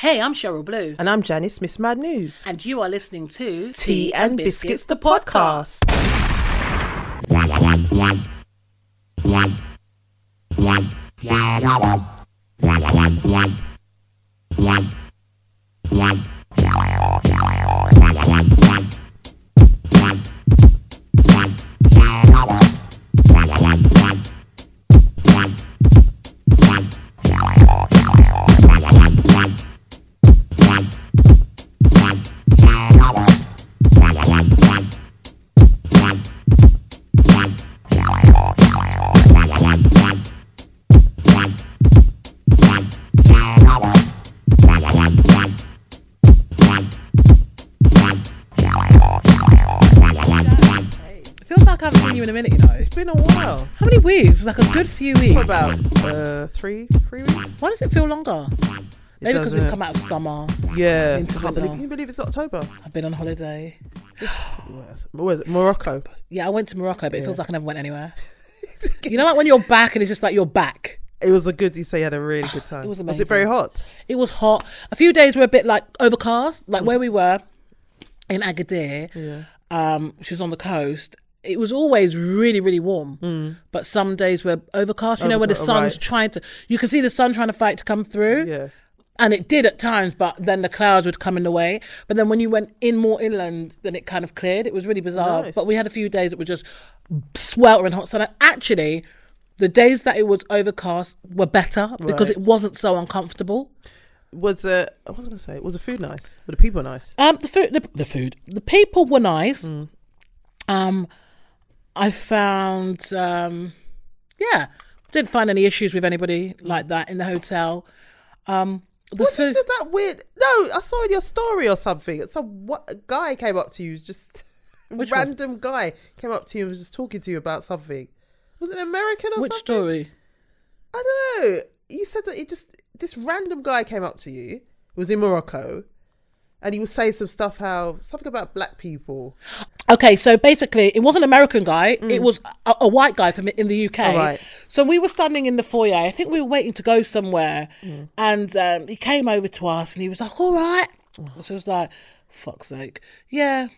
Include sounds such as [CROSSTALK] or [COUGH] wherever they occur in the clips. Hey, I'm Cheryl Blue, And I'm Janice, Miss Mad News. and you are listening to Tea and Biscuits, the podcast. Feels like I haven't seen you in a minute, you know. It's been a while. How many weeks? Like a good few weeks. For about uh, three, three weeks. Why does it feel longer? Maybe because we've doesn't. come out of summer. Yeah. Into Can't the believe, now. can you believe it's October? I've been on holiday. Where's it? Morocco. Yeah, I went to Morocco, but it feels like I never went anywhere. [LAUGHS] you know, like when you're back and it's just like you're back. It was a good. You say you had a really good time. It was it very amazing. hot? It was hot. A few days were a bit like overcast, like where we were in Agadir, Mm. Yeah. um, which is on the coast. It was always really, really warm, but some days were overcast. You know, where the Overca- sun's Mm. right. trying to, you can see the sun trying to fight to come through, Yeah. and it did at times. But then the clouds would come in the way. But then when you went in more inland, then it kind of cleared. It was really bizarre. Nice. But we had a few days that were just sweltering hot sun. And actually, the days that it was overcast were better because it Right. wasn't so uncomfortable. Was uh, I was gonna say, was the food nice? Were the people nice? Um, the food, the, the food, the people were nice. Um, I found, um, yeah, didn't find any issues with anybody like that in the hotel. Um, the What food, is with that weird? No, I saw in your story or something. Some what a guy came up to you, just Which one? [LAUGHS] random guy came up to you and was just talking to you about something. Was it an American or which something? story? I don't know. You said that it just this random guy came up to you. It was in Morocco, and he was saying some stuff how something about black people. Okay, so basically, it wasn't an American guy; Mm. it was a, a white guy from in the UK. Alright. So we were standing in the foyer. I think we were waiting to go somewhere, Mm. and um, he came over to us, and he was like, "All right." Mm. So I was like, "Fuck's sake, yeah."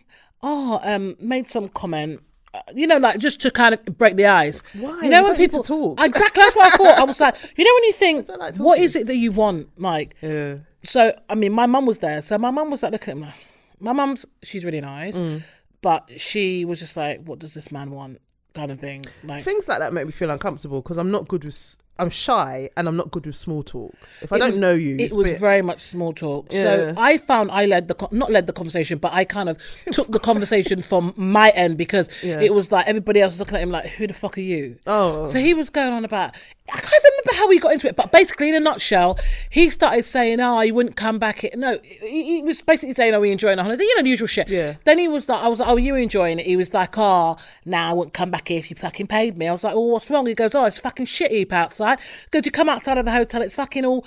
Oh, um, made some comment. uh, You know, like just to kind of break the ice. Why? You You know when don't need to people talk. exactly that's what I thought. I was like, you know when [LAUGHS] you think, don't like what talking. is it that you want, Mike? Yeah. so I mean, my mum was there. So my mum was like, look at my, my mum's. She's really nice, Mm. but she was just like, what does this man want? Kind of thing. Like Things like that make me feel uncomfortable because I'm not good with. s- I'm shy and I'm not good with small talk. If I it don't was- know you, It it's a was bit- very much small talk. So Yeah. I found I led the con- not led the conversation, but I [LAUGHS] kind of took the conversation from my end because Yeah. it was like everybody else was looking at him like, who the fuck are you? Oh. So he was going on about. I can't remember how we got into it, but basically, in a nutshell, he started saying, "Oh, you wouldn't come back." Here. No, he, he was basically saying, "Oh, we enjoying our holiday?" You know, the usual shit. Yeah. Then he was like, "I was like, oh, you enjoying it?" He was like, "Oh, now nah, I wouldn't come back here if you fucking paid me." I was like, "Oh, what's wrong?" He goes, "Oh, it's fucking shit heap outside. Because you come outside of the hotel, it's fucking all."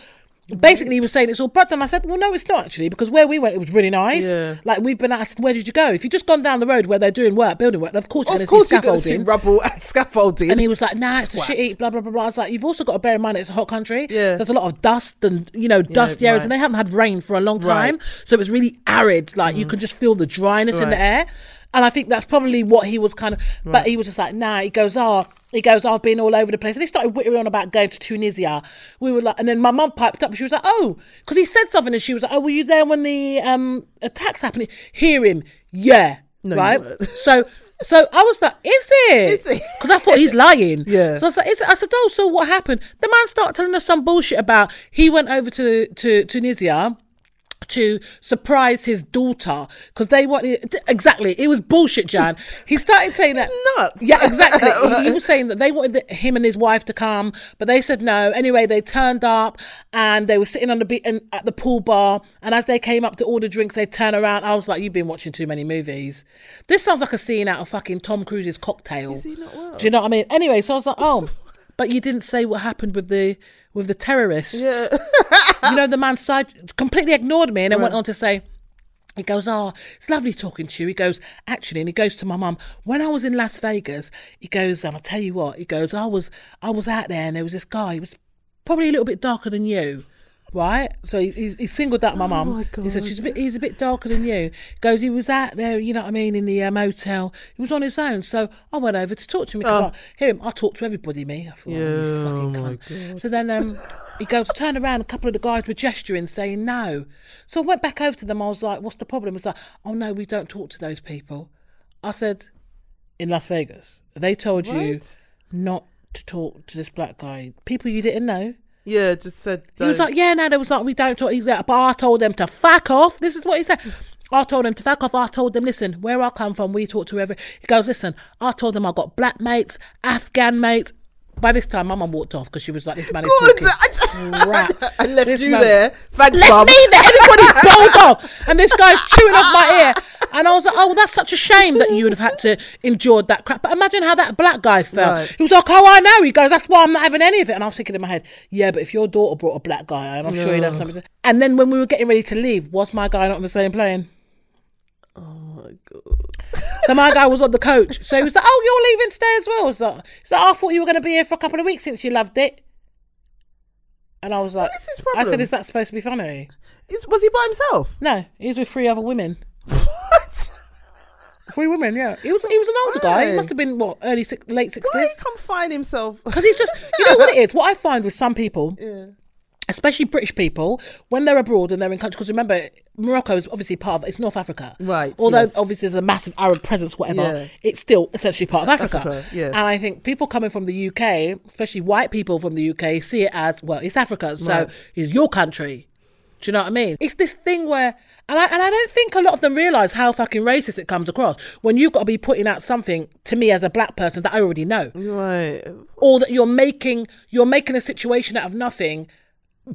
Basically, he was saying it's all brought down. I said, "Well, no, it's not actually, because where we went, it was really nice. Yeah. Like we've been asked, where did you go? If you just gone down the road where they're doing work, building work, then of course you're of going to see course, you're going to see scaffolding. rubble and [LAUGHS] scaffolding. And he was like, nah, it's Swat. a shitty, blah, blah, blah, blah. I was like, you've also got to bear in mind it's a hot country. Yeah. So there's a lot of dust and, you know, dusty areas. And right. they haven't had rain for a long time. Right. Mm-hmm. So it was really arid. Like, you could just feel the dryness in the Right. air. And I think that's probably what he was kind of, but he was just like, nah, he goes, oh, he goes, I've been all over the place. And he started whittling on about going to Tunisia. We were like, and then my mum piped up and she was like, oh, because he said something and she was like, oh, were you there when the um, attacks happened? Hear him. Yeah. No, you right. weren't. So, so I was like, is it? Is it? Because I thought he's lying. Yeah. So I, was like, it's, I said, oh, so what happened? The man started telling us some bullshit about he went over to to Tunisia to surprise his daughter because they wanted exactly it was bullshit jan he started saying that nuts. yeah [LAUGHS] exactly he, he was saying that they wanted the, him and his wife to come but they said no anyway they turned up and they were sitting on the beach and at the pool bar and as they came up to order drinks they turn around i was like you've been watching too many movies this sounds like a scene out of fucking tom cruise's cocktail Is he not well? do you know what i mean anyway so i was like oh but you didn't say what happened with the with the terrorists Yeah. you know, the man side completely ignored me and then went on to say, he goes, Oh, it's lovely talking to you. He goes, Actually, and he goes to my mum, when I was in Las Vegas, he goes, um, I'll tell you what, he goes, I was I was out there and there was this guy, he was probably a little bit darker than you. right? So he, he, he singled out my mum. Oh my He said God. she's a bit, he's a bit darker than you. Goes, he was out there, you know what I mean, in the uh, motel. He was on his own, so I went over to talk to him. because I hear him, I talk to everybody. Me, I thought, yeah, Oh. Yeah, oh fucking my cunt. So then um, he goes, turn around. A couple of the guys were gesturing, saying no. So I went back over to them. I was like, what's the problem? It's like, oh no, we don't talk to those people. I said, in Las Vegas, they told you What? not to talk to this black guy. People you didn't know. Yeah, just said. He was like, yeah, no, there was like, we don't talk. He's like, but I told them to fuck off. This is what he said. I told them to fuck off. I told them, listen, where I come from, we talk to every. He goes, listen, I told them I got black mates, Afghan mates. By this time, my mum walked off because she was like, this man is Good. [LAUGHS] talking crap. I left This you man- there. Thanks, Left mum. me there. Everybody's bowled off, and this guy's chewing off my ear. And I was like, oh, well, that's such a shame that you would have had to endure that crap. But imagine how that black guy felt. Right. He was like, oh, I know. He goes, that's why I'm not having any of it. And I was thinking in my head, yeah, but if your daughter brought a black guy, and I'm sure he'd have No. something. To... And then when we were getting ready to leave, was my guy not on the same plane? Oh my god. So my guy was on the coach. So he was like, oh, you're leaving today as well. So, so I thought you were going to be here for a couple of weeks since you loved it. And I was like, is his I said, problem? is that supposed to be funny? Is, was he by himself? No, he was with three other women. What? Three women, yeah. He was he was an older guy. He Why? must have been what early six, late [LAUGHS] Why sixties. he come find himself? Because he's just, you know what it is. What I find with some people, yeah. especially British people, when they're abroad and they're in countries. Because remember, Morocco is obviously part of it's North Africa, Right, Although yes. obviously there's a massive Arab presence, whatever. Yeah. It's still essentially part of Africa. Africa, yes. And I think people coming from the UK, especially white people from the UK, see it as well. It's Africa, so Right. it's your country. Do you know what I mean? It's this thing where, and I, and I don't think a lot of them realise how fucking racist it comes across when you've got to be putting out something to me as a black person that I already know [LAUGHS] Right. or that you're making you're making a situation out of nothing,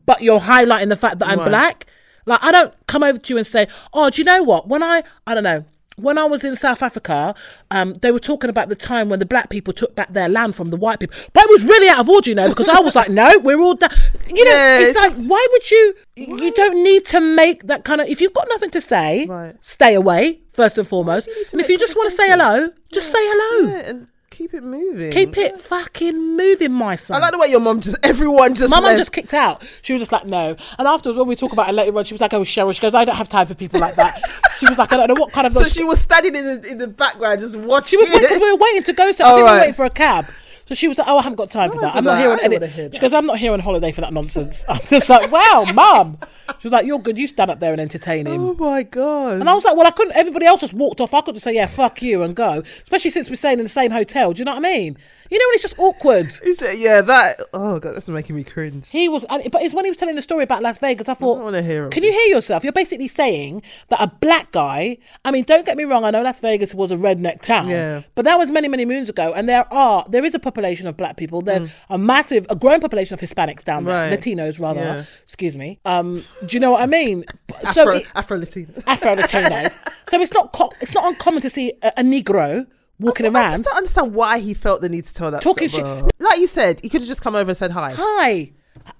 but you're highlighting the fact that I'm Right. black. Like I don't come over to you and say, "Oh, do you know what?" When I I don't know. When I was in South Africa, um, they were talking about the time when the black people took back their land from the white people. But it was really out of order, you know, because I was like, no, we're all da-. You know, Yes. it's like, why would you? You don't need to make that kind of. If you've got nothing to say, Right. stay away, first and foremost. you need to And if make you just want to say hello, just say hello. Yeah, and keep it moving. Keep it fucking moving, my son. I like the way your mum just. Everyone just. My mum left. just kicked out. She was just like, no. And afterwards, when we talk about it later on, she was like, oh, Cheryl. She goes, I don't have time for people like [LAUGHS] that. she was like, I don't know what kind of. So she was standing in the in the background, just She watching. was like, 'cause we were waiting to go. So I All think we were right. waiting for a cab. So she was like, oh, I haven't got time for No, that. for I'm not that. here I on don't wanna hear any. She that. goes, I'm not here on holiday for that nonsense. [LAUGHS] I'm just like, wow, mum. She was like, you're good. You stand up there and entertain him. [LAUGHS] [GASPS] oh my god. And I was like, well, I couldn't. Everybody else just walked off. I could just say, yeah, fuck you, and go. Especially since we're staying in the same hotel. Do you know what I mean? You know when it's just awkward. It's- yeah, that. Oh god, that's making me cringe. He was, and- but it's when he was telling the story about Las Vegas. I I thought, don't want to hear it. Can you hear yourself? You're basically saying that a black guy. I mean, don't get me wrong. I know Las Vegas was a redneck town, Yeah. but that was many, many moons ago. And there are there is a population of black people. There's a massive, a growing population of Hispanics down there, Mm. Right. Latinos rather. Yeah. Excuse me. Um, do you know what I mean? Afro, it- Afro Latina. Afro Latinos. so it's not co- it's not uncommon to see a, a Negro [LAUGHS] walking I around. just don't understand why he felt the need to tell that. Talking stuff. shit. Oh. Like you said, he could have just come over and said hi. Hi,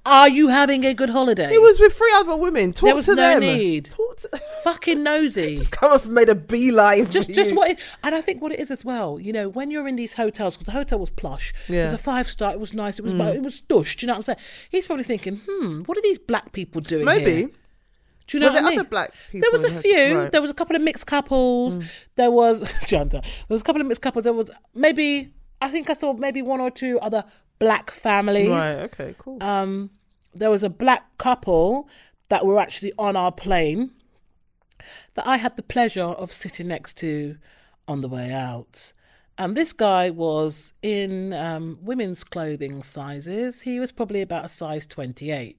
are you having a good holiday? He was with three other women. Talk was to no them. need. Talk to. [LAUGHS] fucking nosy. just come up and made a beeline. for just just you. what it, and I think what it is as well. You know, when you're in these hotels, because the hotel was plush, it was Yeah. Mm. a five star, it was nice, it was but it was stush. Do you know what I'm saying? He's probably thinking, hmm, what are these black people doing? Maybe. here? Do you know Were what there I mean? other black There people was in a the few. hotel? Right. Mm. There was a couple of mixed couples. There was [LAUGHS] Janda. There was a couple of mixed couples. There was maybe I think I saw maybe one or two other black families. Right. Okay. Cool. Um, there was a black couple that were actually on our plane that I had the pleasure of sitting next to on the way out. And this guy was in um, women's clothing sizes. He was probably about a size 28.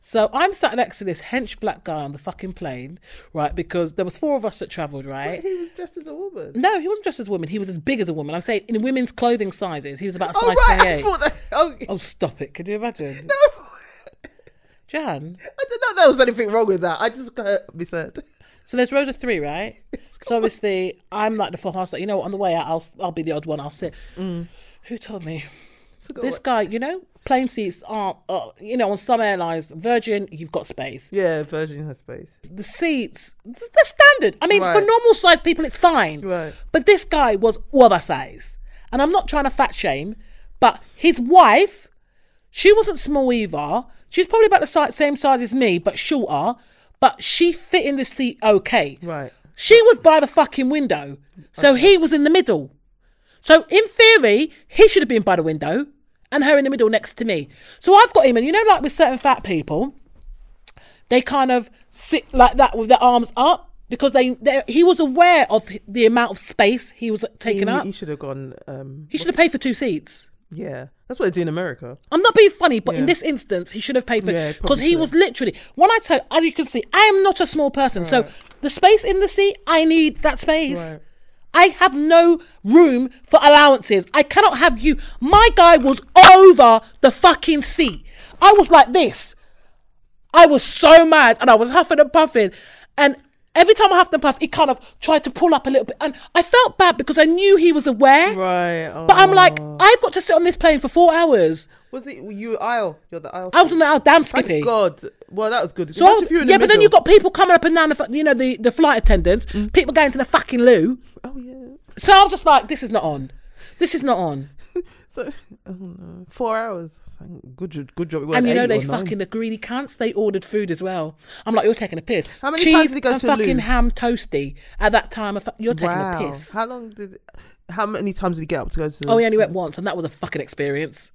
So I'm sat next to this hench black guy on the fucking plane, right? Because there was four of us that travelled, right? he was dressed as a woman. No, he wasn't dressed as a woman. He was as big as a woman. I'm saying in women's clothing sizes, he was about a Oh size right. I 28. thought that. Oh, [LAUGHS] Oh, stop it. Could you imagine? Jan. I didn't know there was anything wrong with that. I just got uh, misheard. So there's rows of three, [LAUGHS] right? so obviously, I'm like the forecaster. You know, what, on the way out, I'll I'll be the odd one. I'll sit. Mm. Who told me? This guy, you know, plane seats aren't, uh, you know, on some airlines, Virgin, you've got space. Yeah, Virgin has space. The seats, th- they're standard. I mean, for Right. normal sized people, it's fine. Right. But this guy was oversized. And I'm not trying to fat shame, but his wife, she wasn't small either. She's probably about the si- same size as me, but shorter. But she fit in the seat okay. Right. She was by the fucking window. So he was in the middle. So in theory, he should have been by the window and her in the middle next to me. So I've got him, and you know, like with certain fat people, they kind of sit like that with their arms up because they, they he was aware of the amount of space he was taking He, up. he should have gone. Um, He should have paid for two seats. yeah, that's what they do in America. I'm not being funny, but in Yeah. this instance, he should have paid for Yeah, because probably he should. was literally when I tell, as you can see, I am not a small person, so the space in the seat, I need that space. Right. I have no room for allowances. I cannot have you. My guy was over the fucking seat. I was like this. I was so mad and I was huffing and puffing. And every time I huffed and puffed, he kind of tried to pull up a little bit. And I felt bad because I knew he was aware. Right. But I'm like, oh. I've got to sit on this plane for four hours. was it you aisle? You're the aisle. I was on the oh, damn Thank skippy. God. Well, that was good. So I Imagine was- if you were in yeah, the but then middle. Mm. you got people coming up and down the fu- you know the, the flight attendants, people going to the fucking loo. Oh yeah. So I'm just like, this is not on. This is not on. So [LAUGHS] oh no, four hours. Thank- Good, jo- good job. It and wasn't you know eight they or nine. fucking the greedy cunts. They ordered food as well. I'm like, you're taking a piss. How many Cheese times did it go and to the loo? fucking ham toasty at that time? Of, fu- you're taking wow. a piss. How long did? How many times did he get up to go to? the- Oh, he only went once, and that was a fucking experience.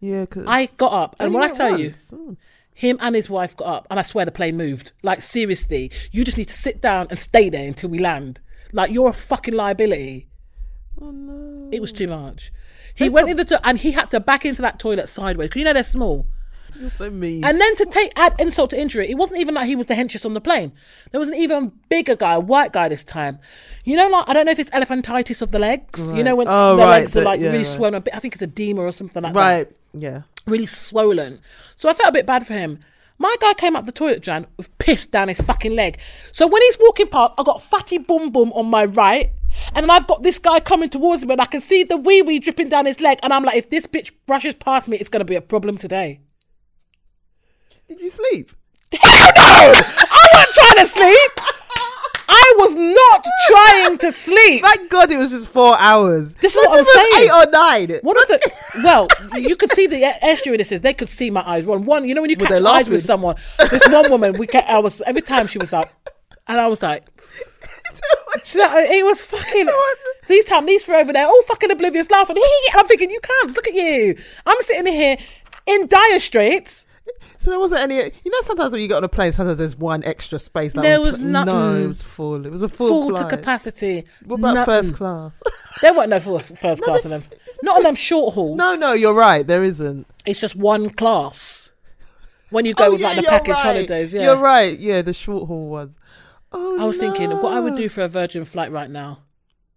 Yeah. 'cause- I got up, and Only when I went tell you, once. Mm. him and his wife got up, and I swear the plane moved. Like seriously, you just need to sit down and stay there until we land. Like you're a fucking liability. Oh no. It was too much. He went in the to- and he had to back into that toilet sideways because you know they're small. You're so mean. And then to take add insult to injury, it wasn't even like he was the henchest on the plane. There was an even bigger guy, a white guy this time. You know, like I don't know if it's elephantitis of the legs. You know when Oh, the right, legs are the- like yeah, really right. swollen a bit. I think it's edema or something like that right. Yeah. really swollen. So I felt a bit bad for him. My guy came up the toilet, Jan, with piss down his fucking leg. So when he's walking past, I got fatty bum bum on my right, and then I've got this guy coming towards me, and I can see the wee wee dripping down his leg, and I'm like, if this bitch brushes past me, it's gonna be a problem today. Did you sleep? Hell no! I wasn't trying to sleep. I was not trying to [LAUGHS] sleep. Thank God it was just four hours. This is what Imagine I'm if it was Eight or nine. [LAUGHS] One of the well, you could see the air stewardesses. They could see my eyes. One, one, you know when you catch they eyes with laughing? someone. This one woman, we, ca- I was every time she was like, and I was like, she- "Oh, it was fucking. [LAUGHS] These time, these were over there, all fucking oblivious, laughing. [LAUGHS] And I'm thinking, you can't look at you. I'm sitting here in dire straits. So there wasn't any. You know, sometimes when you get on a plane, sometimes there's one extra space. That There one was pl- nothing. No, it was full. It was a full, Full to flight. capacity. What about Nothing. first class? [LAUGHS] There weren't no first, first class on them. Not on them short hauls. no, no, you're right. There isn't. it's just one class. When you go with like the Oh, you're package right. holidays, yeah. You're right. Yeah, the short haul was. Oh, I was thinking what I would no. do for a Virgin flight right now.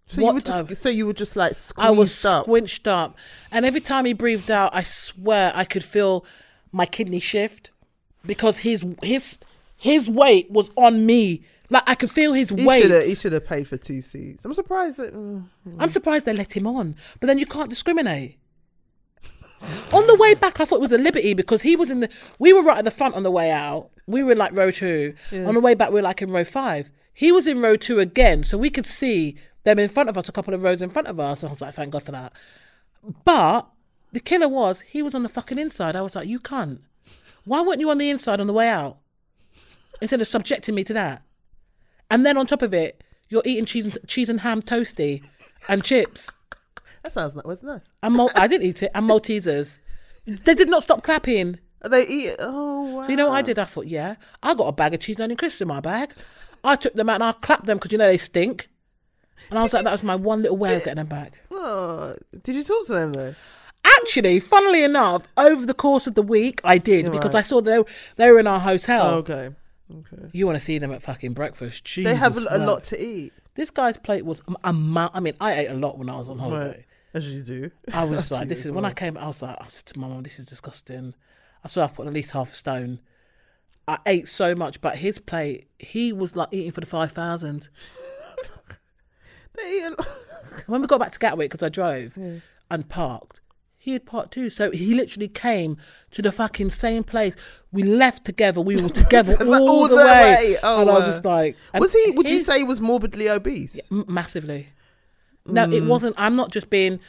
So what you would just, I- so you would just like squeezed I was up. squinched up, and every time he breathed out, I swear I could feel my kidney shift because his his his weight was on me. Like I could feel his He weight. should have. He should have paid for two seats. I'm surprised that. mm. I'm surprised they let him on, but then you can't discriminate. on the way back, I thought it was a liberty because he was in the. We were right at the front on the way out. We were in like row two. On the way back, we were like in row five. He was in row two again, so we could see them in front of us, a couple of rows in front of us. And I was like, thank God for that. But the killer was he was on the fucking inside. I was like, you can't. Why weren't you on the inside on the way out? Instead of subjecting me to that. And then on top of it, you're eating cheese and, cheese and ham toasty and chips. That sounds like was nice. And Mal- I didn't eat it. And Maltesers. They did not stop clapping. Are they eat. Oh wow. So you know what I did? I thought, yeah, I got a bag of cheese and onion crisps in my bag. I took them out and I clapped them because you know they stink. And I was like, that was my one little way of getting them back. Oh, did you talk to them though? Actually, funnily enough, over the course of the week, I did because Right. I saw they were, they were in our hotel. okay. Okay. You want to see them at fucking breakfast? Jesus They have a, a Christ. lot to eat. This guy's plate was a amount. I mean, I ate a lot when I was on holiday. Right. As you do. I [LAUGHS] was like, you this as is when I came. I was like, I said to my mum, this is disgusting. I saw I put at least half a stone. I ate so much, but his plate, he was like eating for the five thousand. They eat a lot. When we got back to Gatwick, because I drove and parked, he had part two. So he literally came to the fucking same place. We left together. [LAUGHS] We were together all, All the, the way. way. Oh, and I was wow. just like, and Was he? Would you his- say he was morbidly obese? M- massively. No, Mm. it wasn't. I'm not just being.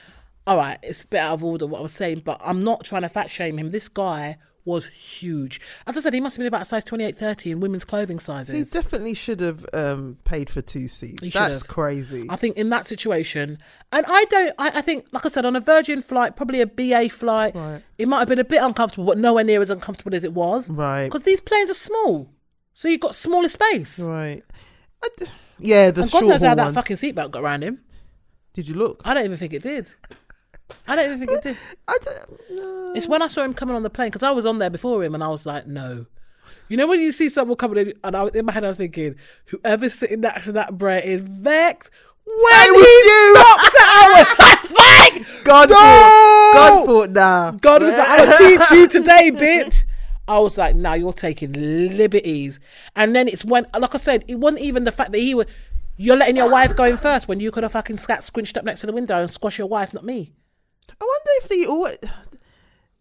All right, it's a bit out of order what I was saying, but I'm not trying to fat shame him. This guy was huge. As I said, he must have been about a size 28, 30 in women's clothing sizes. He definitely should have um, paid for two seats. He should That's have. crazy. I think in that situation, and I don't, I, I think, like I said, on a Virgin flight, probably a BA flight, Right. it might have been a bit uncomfortable, but nowhere near as uncomfortable as it was. Right. Because these planes are small. So you've got smaller space. Right. I d- yeah, the And God short knows how haul that ones. fucking seatbelt got around him. Did you look? I don't even think it did. I don't even think it did. I don't, no. It's when I saw him coming on the plane because I was on there before him and I was like, no. You know when you see someone coming in and I, in my head I was thinking, whoever's sitting next to that Brit is vexed. When was he you. stopped at our [LAUGHS] that's like [LAUGHS] God no! thought. God thought. Nah. God was like, I'll teach you today, bitch. I was like, nah, you're taking liberties. And then it's when, like I said, it wasn't even the fact that he was, you're letting your wife go in first when you could have fucking sat squinched up next to the window and squash your wife, not me. I wonder if they all.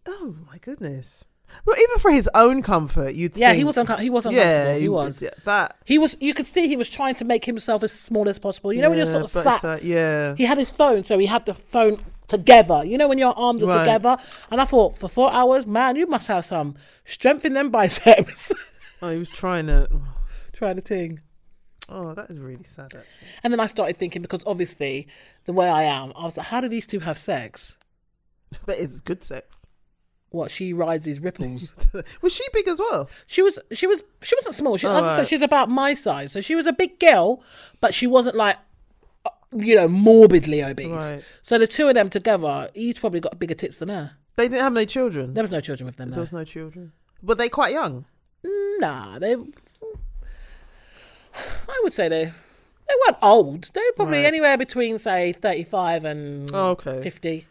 Oh my goodness. Well, even for his own comfort, you'd. Yeah, he think- was unco- he was uncomfortable. Yeah, he, was. yeah, that. He was. You could see he was trying to make himself as small as possible. You know when you're yeah, sort of but sat. it's like, yeah. He had his phone, so he had the phone together. You know when your arms are Right. together. And I thought, for four hours, man, you must have some strength in them biceps. [LAUGHS] Oh, he was trying to. Trying to ting. Oh, that is really sad. actually. And then I started thinking because obviously the way I am, I was like, how do these two have sex? But it's good sex. [LAUGHS] What she rides these ripples. was she big as well? she was she was she wasn't small. She Oh, as I said, right. she's about my size, so she was a big girl, but she wasn't like uh, you know morbidly obese. Right. So the two of them together, he's probably got bigger tits than her. They didn't have no children. There was no children with them. There No. was no children. But they quite young. Nah, they. I would say they they weren't old. They were probably Right. anywhere between say thirty five and Oh, okay. fifty.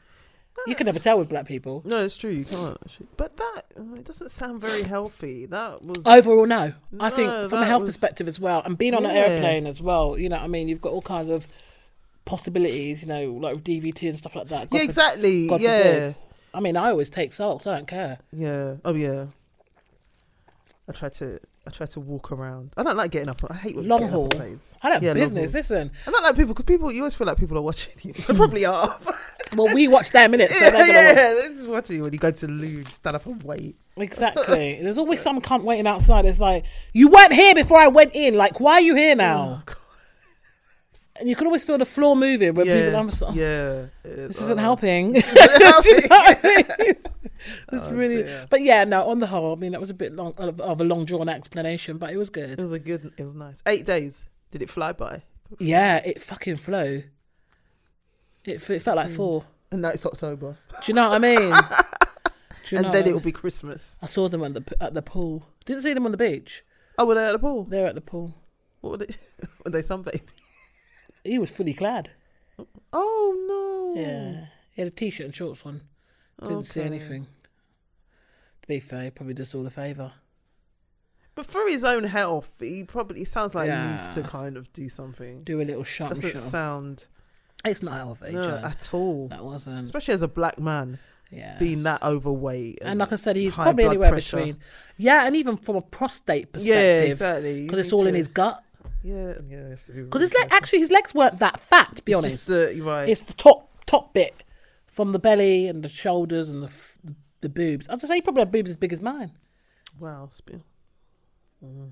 You can never tell with black people. No, it's true. You can't. Actually. But that oh, it doesn't sound very healthy. That was. Overall, no. I think No, from a that health was- perspective as well, and being on an Yeah. airplane as well, you know, what I mean, you've got all kinds of possibilities, you know, like with DVT and stuff like that. God for- yeah, exactly. God yeah. forbid. I mean, I always take salts. I don't care. Yeah. Oh yeah. I try to I try to walk around. I don't like getting up. I hate when Long getting haul. up on planes. I don't Yeah, have business. Listen, I don't like people because people you always feel like people are watching you. They probably [LAUGHS] are. well, we watch their minutes, so yeah, they're gonna [LAUGHS] yeah, watch. they're just watching you when you go to the loo. you Stand up and wait. Exactly. There's always some cunt waiting outside. It's like you weren't here before I went in. Like, why are you here now? God. and you can always feel the floor moving when yeah. people. I'm just, oh, yeah. This isn't Um, [LAUGHS] helping. [LAUGHS] It's really, Oh, dear. but yeah, no. On the whole, I mean, that was a bit long of, of a long drawn explanation, but it was It good. was a good. It was nice. Eight days. Did it fly by? Yeah, it fucking flew. It, f- it felt Hmm. like four. And now it's October. Do you know what I mean? [LAUGHS] Do you and know then what I it will mean? be Christmas. I saw them at the p- at the pool. Didn't see them on the beach. Oh, were they at the pool? They're at the pool. What were they? [LAUGHS] were they sunbathing? He was fully clad. Oh no. Yeah, he had a t-shirt and shorts on. Didn't see Okay. anything. To be fair, he probably does us all a favour. But for his own health, he probably it sounds like he needs to Yeah. kind of do something. Do a little sharp Doesn't shot. sound It's not healthy. no, John. at all. That wasn't. Especially as a black man, Yeah. being that overweight. and like I said, he's high probably blood anywhere pressure. between. Yeah, and even from a prostate perspective, because yeah, exactly. You it's need all in to- his gut. yeah, yeah. Because his leg, actually, his legs weren't that fat. To be honest, Just, uh, you're right. it's the top top bit from the belly and the shoulders and the f- the, the boobs. I'd say he probably had boobs as big as mine. wow. sp- Mm.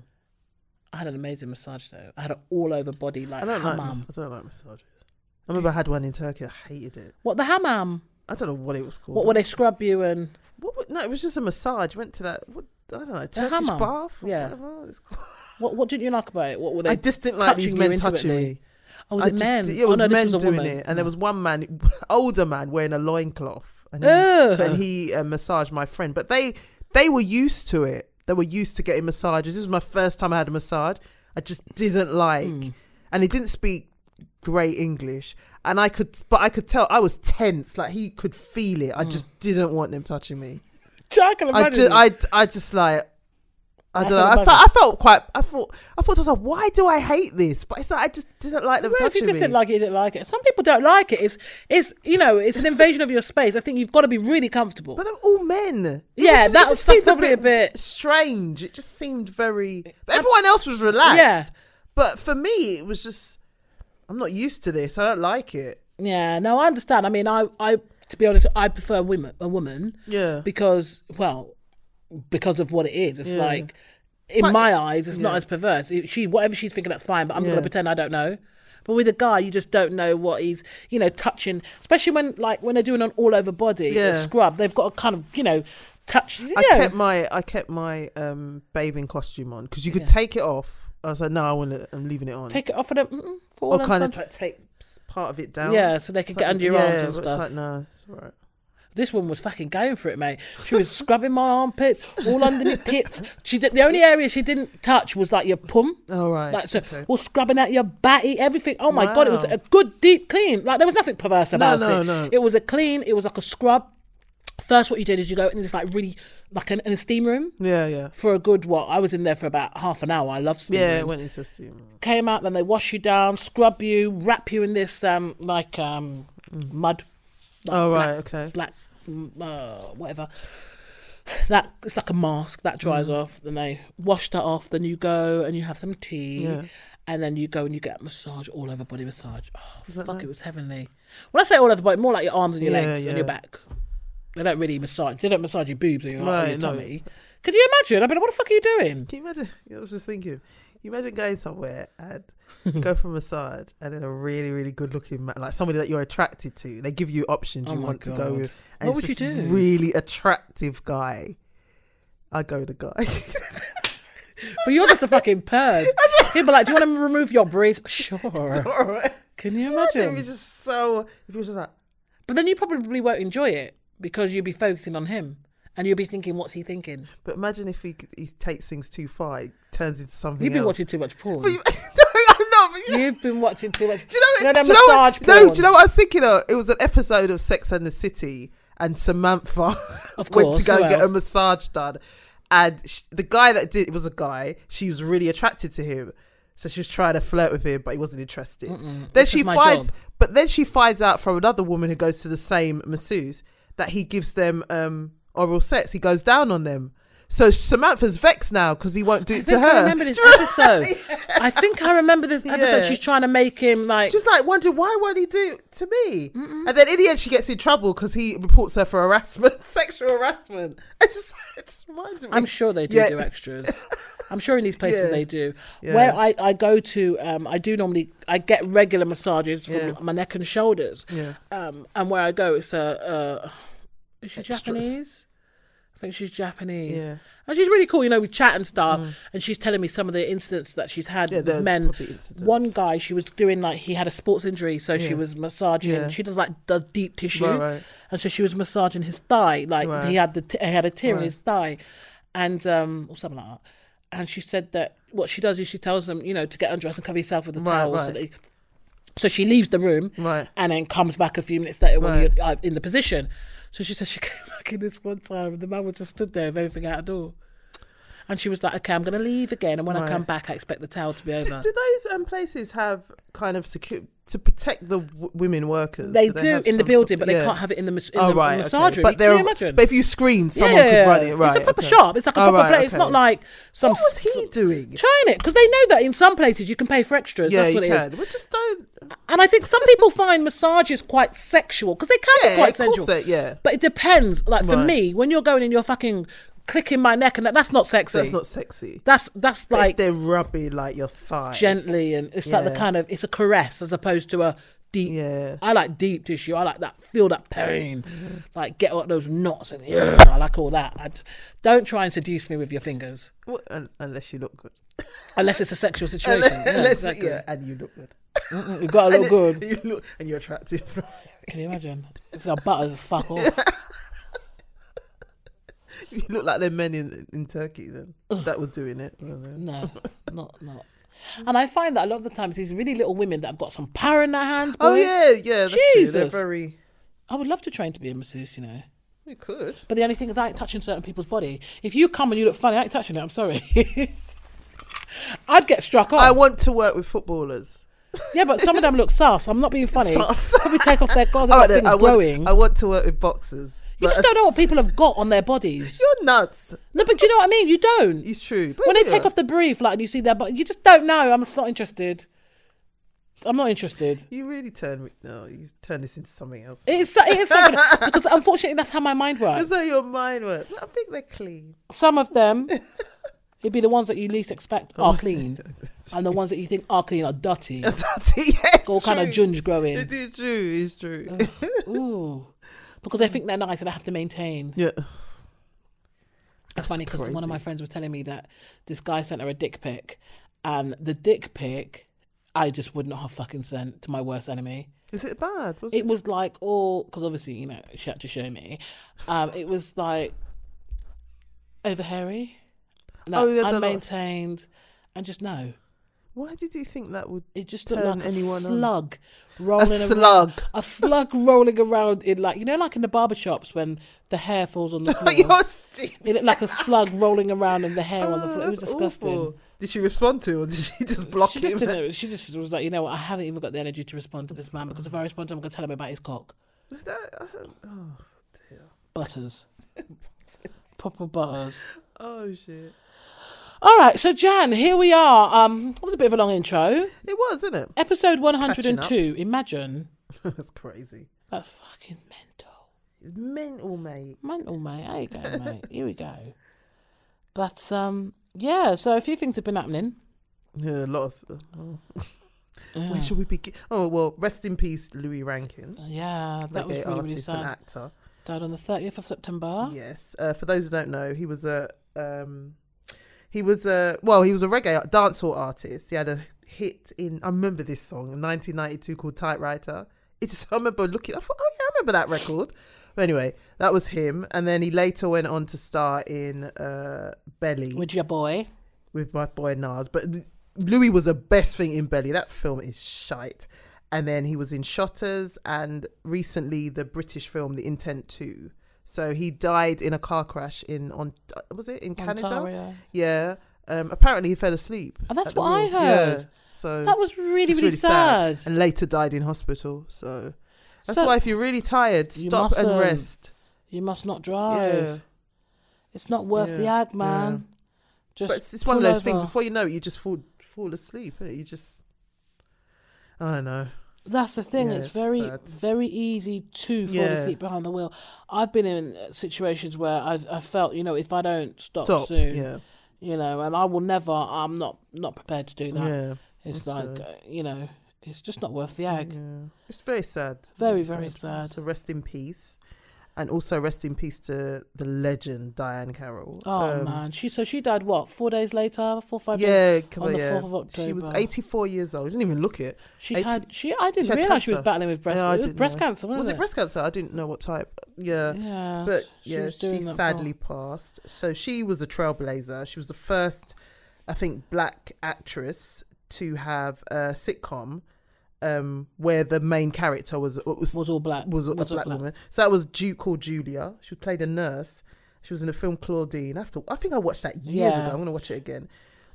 I had an amazing massage though. I had an all over body like I don't like. hammam. mas- I don't like massages. I remember I had one in Turkey. I hated it. what the hammam? I don't know what it was called. What were they scrub you and? What would- no, it was just a massage. Went to that. What, I don't know. Turkish hammam. bath. or Yeah. whatever it's called. What what didn't you like about it? What were they? [LAUGHS] I just didn't like these touching you men intimately. touching me. oh, was I it just- men? It was oh, no, men this was a doing woman. it, and there was one man, [LAUGHS] older man, wearing a loincloth, and he, Ugh. and he uh, massaged my friend. But they they were used to it. They were used to getting massages. This was my first time I had a massage. I just didn't like, Hmm. and he didn't speak great English. And I could, but I could tell I was tense. Like he could feel it. I just didn't want them touching me. [LAUGHS] I can I Hmm. imagine. just, I, I just like. I I don't can know. I imagine. felt, I felt quite. I thought. I thought to myself, "Why do I hate this?" But it's like I just didn't like them Well, if touching you just me. didn't like it, you didn't like it. Some people don't like it. It's it's you know it's an invasion of your space. I think you've got to be really comfortable. But they're all men. It Yeah, it that was- that's seemed probably a bit- strange. It just seemed very. But everyone else was relaxed. yeah, But for me, it was just. I'm not used to this. I don't like it. yeah. No, I understand. I mean, I I to be honest, I prefer women a woman Yeah. because well, because of what it is. It's Yeah. like, in quite- my eyes, it's not yeah. as perverse. It- She, whatever she's thinking, that's fine. But I'm Yeah. gonna pretend I don't know. But with a guy, you just don't know what he's, you know, touching. Especially when, like, when they're doing an all-over body a Yeah. scrub, they've got to kind of, you know, touch. You I know. kept my I kept my um bathing costume on because you could Yeah. take it off. I was like, no, I want to. I'm leaving it on. take it off of them mm, for all or kind of of try to take part of it down. yeah, so they could get Something- under your yeah, arms but and it's stuff. Like, no, it's all right. This woman was fucking going for it, mate. She was scrubbing my armpit, all under my tits. She did, the only area she didn't touch was like your pum. All right. Like so, Oh, okay. all scrubbing out your batty, everything. Oh my god, it was Wow. a good deep clean. Like there was nothing perverse about no, it. no. It was a clean. It was like a scrub. First, what you did is you go in this like really like an, in a steam room Yeah, yeah. for a good what. I was in there for about half an hour. I love steam Yeah, rooms it went into a steam. came out, then they wash you down, scrub you, wrap you in this um like um mud. Like Oh, right, okay. Black, mm, uh, whatever. That it's like a mask that dries Mm. off. Then they wash that off. Then you go and you have some tea. Yeah. And then you go and you get a massage, all over body massage. Oh, that fuck, nice? it was heavenly. When I say all over body, more like your arms and your Yeah, legs and yeah. your back. They don't really massage. They don't massage your boobs or your, or Right, your no. tummy. Could you imagine? I mean, what the fuck are you doing? Can you imagine? I was just thinking. You imagine going somewhere [LAUGHS] and go for a massage, and then a really, really good-looking man, like somebody that you're attracted to. They give you options Oh you my want to go God. with. And What it's would you this do? Really attractive guy. I go with the guy. [LAUGHS] But you're just a fucking perv. People are like, do you want to remove your briefs? [LAUGHS] Sure. All right. Can you Imagine if you're imagine? just so. If you're just like, But then you probably won't enjoy it because you'll be focusing on him and you'll be thinking, what's he thinking? but imagine if he he takes things too far, it turns into something. You've been else. watching too much porn. But you- [LAUGHS] no, I'm not. But you, You've been watching too much. Do you know, what- them do you know massage what, No, porn? do you know what I was thinking of? It was an episode of Sex and the City, and Samantha [LAUGHS] Of went course, to go who and get a else? massage done. And sh the guy that did it was a guy, she was really attracted to him. So she was trying to flirt with him, but he wasn't interested. Then this she is my finds, job. but then she finds out from another woman who goes to the same masseuse that he gives them um, oral sex. He goes down on them. So Samantha's vexed now because he won't [LAUGHS] I do it to think her. I remember this episode. [LAUGHS] I think I remember this episode. Yeah. She's trying to make him like. just like wondering why won't he do it to me? And then in the end, she gets in trouble because he reports her for harassment, [LAUGHS] sexual harassment. [LAUGHS] It just, it just reminds me. I'm sure they do Yeah. do extras. I'm sure in these places Yeah. they do. Yeah. Where I, I go to, um, I do normally I get regular massages from Yeah. my neck and shoulders. yeah, um, and where I go, it's a. Uh, is she Extras. Japanese? I think she's Japanese. yeah, Mm. And she's really cool, you know, we chat and stuff. And she's telling me some of the incidents that she's had yeah. with There's men. probably incidents. One guy, she was doing like, he had a sports injury, so she Yeah. was massaging. Yeah. She does like, does deep tissue. right, right. And so she was massaging his thigh, like Right. he had the t- he had a tear Right. in his thigh, and um or something like that. And she said that what she does is she tells them, you know, to get undressed and cover yourself with a Right, towel. So, right. they, so she leaves the room Right. and then comes back a few minutes later when Right. you're uh, in the position. So she said she [LAUGHS] came back in this one time, and the man was just stood there with everything out the door. And she was like, "Okay, I'm going to leave again, and when I Right. come back, I expect the towel to be Do, over." do those um, places have kind of secure to protect the w- women workers? they they do have in the some building, sort- but yeah. they can't have it in the, mas- in Oh the right, okay. massage room. But Can you they're- imagine? But if you scream, someone could run it. Right, It's a proper okay. shop. It's like a Oh, proper right, place. It's okay. not like some. What was he some- doing? Trying it because they know that in some places you can pay for extras. Yeah, that's you what it is. can. Well, just don't. And I think some people find massages quite sexual because they can Yeah, be quite of course sensual. they- yeah. But it depends. Like for Right. me, when you're going and you're fucking clicking my neck and that, that's not sexy. That's not sexy. That's that's But if like they're rubbing like your thigh. gently and it's like the Yeah. kind of it's a caress as opposed to a deep. Yeah. Mm-hmm. I like deep tissue. I like that feel that pain, like get out those knots and yeah, I like all that. I d- don't try and seduce me with your fingers Well, un- unless you look good. unless it's a sexual situation. [LAUGHS] Unless, Yeah, unless- exactly. yeah, and you look good. You've got to look good. And [LAUGHS] you look, and you're attractive. [LAUGHS] Can you imagine? If their butters fuck off. you look like the men in in Turkey then that was doing it. No, not not. And I find that a lot of the times these really little women that have got some power in their hands. Boy, Oh yeah, yeah. That's True. They're Jesus. very. I would love to train to be a masseuse, you know. We could. But the only thing is, I ain't touching certain people's body. If you come and you look funny, I ain't touching it. I'm sorry. [LAUGHS] I'd get struck off. I want to work with footballers. yeah, but some of them look sus. I'm not being funny. [LAUGHS] Sus. Probably take [LAUGHS] off their gloves. Right, Alright then, things I growing. want, I want to work with boxers. you just don't know what people have got on their bodies. [LAUGHS] You're nuts. No, but do you know what I mean? You don't. It's true. But when they yeah. take off the brief, like and you see their, but you just don't know. I'm just not interested. I'm not interested. You really turn me. No, you turn this into something else. It's so- it's [LAUGHS] something because unfortunately that's how my mind That's works. how your mind works. I think they're clean. [LAUGHS] Some of them, it'd be the ones that you least expect [LAUGHS] are clean, and the ones that you think are clean are dirty. Oh, That's it. Yes, All kind of true. junge growing. It is true. It's true. Ooh. Because they think they're nice and they have to maintain. [LAUGHS] yeah. It's funny because one of my friends was telling me that this guy sent her a dick pic, and the dick pic I just would not have fucking sent to my worst enemy. Is it bad? Was it? It was like all because obviously you know she had to show me. Um, it was like over hairy, like, Oh, yeah, it's a lot. unmaintained, and just no. Why did you think that would? It just looked Turn like a anyone on. slug rolling around. slug. A slug rolling around in like you know like in the barber shops when the hair falls [LAUGHS] on the floor. You're stupid. It looked like a slug rolling around in the hair on the Oh, floor. It was that's disgusting. awful. Did she respond to, it or did she just block She him? just didn't. know- She just was like, you know what? I haven't even got the energy to respond to this man because if I respond to him, I'm going to tell him about his cock. [LAUGHS] That- I don't- oh, [LAUGHS] Butters. Proper butters. oh shit! All right, so Jan, here we are. Um, it was a bit of a long intro. It was, isn't it? [LAUGHS] Episode 102. Imagine. That's crazy. That's fucking mental. It's mental, mate. Mental, mate. There you go, [LAUGHS] mate. Here we go. But um, yeah, so a few things have been happening. Yeah, a lot of stuff. Oh. Where should we begin? Oh well, rest in peace, Louis Rankin, Yeah, that was really, reggae really artist and sad. actor. Died on the 30th of September. Yes. Uh, for those who don't know, he was a um, he was a well, he was a reggae dancehall artist. He had a hit in I remember this song in 1992 called Typewriter. It just I remember looking. I thought, oh yeah, I remember that record. But anyway, that was him. And then he later went on to star in uh, Belly with, With your boy. my boy Nas. But Louis was the best thing in Belly. That film is shite. And then he was in Shotters and recently the British film The Intent 2. So he died in a car crash in on was it in Canada? Ontario. Yeah. Um, apparently he fell asleep. Oh, that's at the what I wheel. heard. Yeah. So That was really, really, it's sad. and later died in hospital. So that's So- why if you're really tired, You stop and mustn't. rest. You must not drive. Yeah. It's not worth the Yeah, ag, man. Just But it's, it's one of pull those things. over. Before you know it, you just fall fall asleep. innit? You just I don't know. That's the thing. Yeah, it's it's very, sad. very easy to fall Yeah. asleep behind the wheel. I've been in uh, situations where I've I felt, you know, if I don't stop, Stop. soon, Yeah. you know, and I will never. I'm not not prepared to do that. Yeah. it's it's, like, uh, you know, it's just not worth the ag. Yeah. It's very sad. Very, very sad. So rest in peace. And also rest in peace to the legend Diane Carroll. Oh Um, man, she so she died what four days later, four five days. Yeah, come on on, the yeah. 4th of She was October. 84 years old. She didn't even look it. She 80 had she. I didn't she had realize she was cancer. battling with breast. Yeah, I it was didn't breast know. cancer, Was wasn't it breast cancer? I didn't know what type. Yeah. Yeah, But she yeah, was she, doing that for- sadly passed. So she was a trailblazer. She was the first, I think, black actress to have a sitcom um, where the main character was was, was all black. was a black, woman. So that was Ju called Julia. She played a nurse. She was in the film Claudine. I, have to, I think I watched that years Yeah. ago. I'm going to watch it again.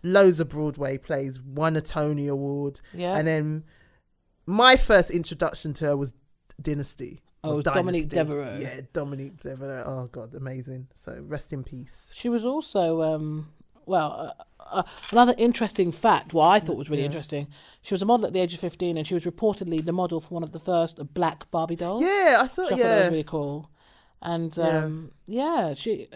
Loads of Broadway plays, won a Tony Award. Yeah. And then my first introduction to her was Dynasty. Oh, Or it was Dominique Dynasty. Devereaux. Yeah, Dominique Devereaux. Oh, God, amazing. So rest in peace. She was also, um, well, uh, uh, another interesting fact, what I thought was really interesting. She was a model at the age of 15 and she was reportedly the model for one of the first black Barbie dolls. Yeah, I So thought, I thought that yeah. was really cool. And Yeah. um, yeah. she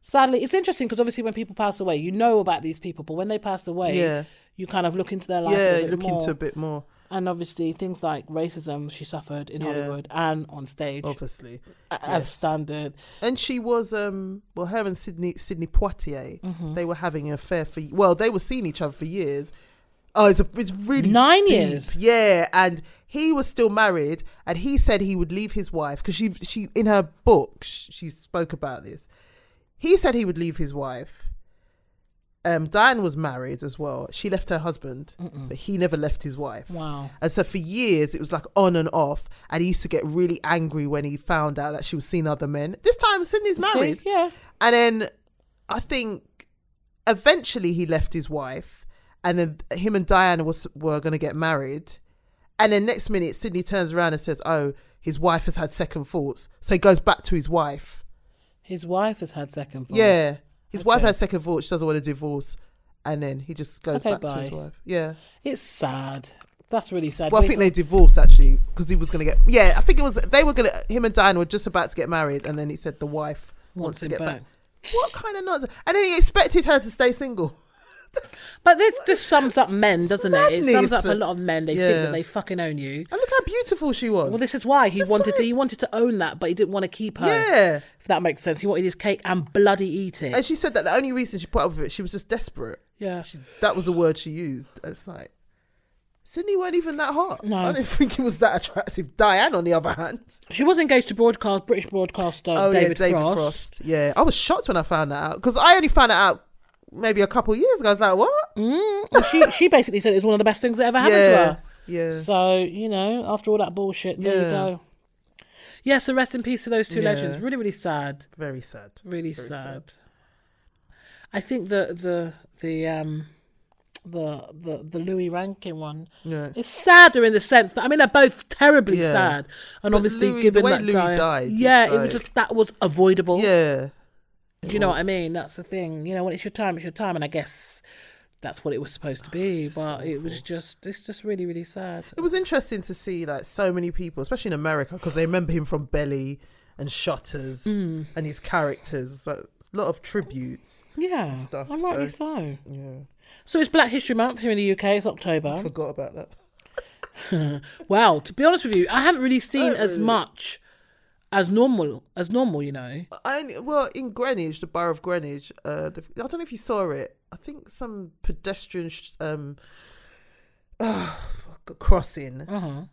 sadly, it's interesting because obviously when people pass away, you know about these people, but when they pass away, Yeah. you kind of look into their life. a yeah, little bit look more. into a bit more, And obviously things like racism she suffered in Yeah. Hollywood and on stage obviously. a- as yes. standard. And she was, um, well, her and Sydney Sydney Poitier, Mm-hmm. they were having an affair for. Well, they were seeing each other for years. Oh, it's a, it's really Nine deep. years. Yeah, and he was still married, and he said he would leave his wife because she she in her book sh- she spoke about this. He said he would leave his wife. Um, Diane was married as well. She left her husband, but he never left his wife. Wow. And so for years, it was like on and off. And he used to get really angry when he found out that she was seeing other men. This time, Sydney's married. See? Yeah. And then I think eventually he left his wife. And then him and Diana was, were going to get married. And then next minute, Sydney turns around and says, Oh, his wife has had second thoughts. So he goes back to his wife. His wife has had second thoughts. Yeah. His wife Oh, Okay. has second thoughts. She doesn't want a divorce. And then he just goes Okay, back to his bye. wife. Yeah. It's sad. That's really sad. Well, I Wait, think they divorced actually because he was going to get. Yeah, I think it was they were going to. Him and Diane were just about to get married, and then he said the wife wants, to him get back. What kind of nonsense? And then he expected her to stay single. But this this sums up men, doesn't it? It sums madness. up a lot of men. They think Yeah. that they fucking own you. And look how beautiful she was. Well, this is why he wanted to. like- He wanted to own that, but he didn't want to keep her. yeah. If that makes sense, he wanted his cake and bloody eat it. And she said that the only reason she put up with it, she was just desperate. yeah. She, that was the word she used. It's like Sydney weren't even that hot. No. I didn't [LAUGHS] think he was that attractive. Diane, on the other hand, She was engaged to broadcast British broadcaster oh David, yeah, David Frost. Frost. Yeah, I was shocked when I found that out because I only found it out maybe a couple of years ago. I was like, what? And she she basically said it was one of the best things that ever happened to yeah, her. yeah. So you know, after all that bullshit, there you Yeah. go. Yeah. So rest in peace to those two Yeah. legends. Really, really sad. Very sad. Really Very sad. sad. I think the the the um the the the Louis Rankin one Yeah. It's sadder in the sense that I mean they're both terribly Yeah. sad, and But obviously Louis- the given way that Louis Diane- died, it's yeah, it was like- just that was avoidable. Yeah. Do you know what I mean? That's the thing. You know, when it's your time, it's your time, and I guess that's what it was supposed Ah, to be. but it was just, it's just really, really sad. It was interesting to see like so many people, especially in America, because they remember him from Belly and Shutters Hmm. and his characters. So, a lot of tributes. Yeah, stuff, and rightly so- so. Yeah. So it's Black History Month here in the UK. It's October. Forgot about that. [LAUGHS] Well, to be honest with you, I haven't really seen Oh. as much as normal as normal. You know, I only- well in Greenwich, the borough of Greenwich. Uh, the, I don't know if you saw it. I think some pedestrian sh- um, [SIGHS] fuck, crossing. uh-huh.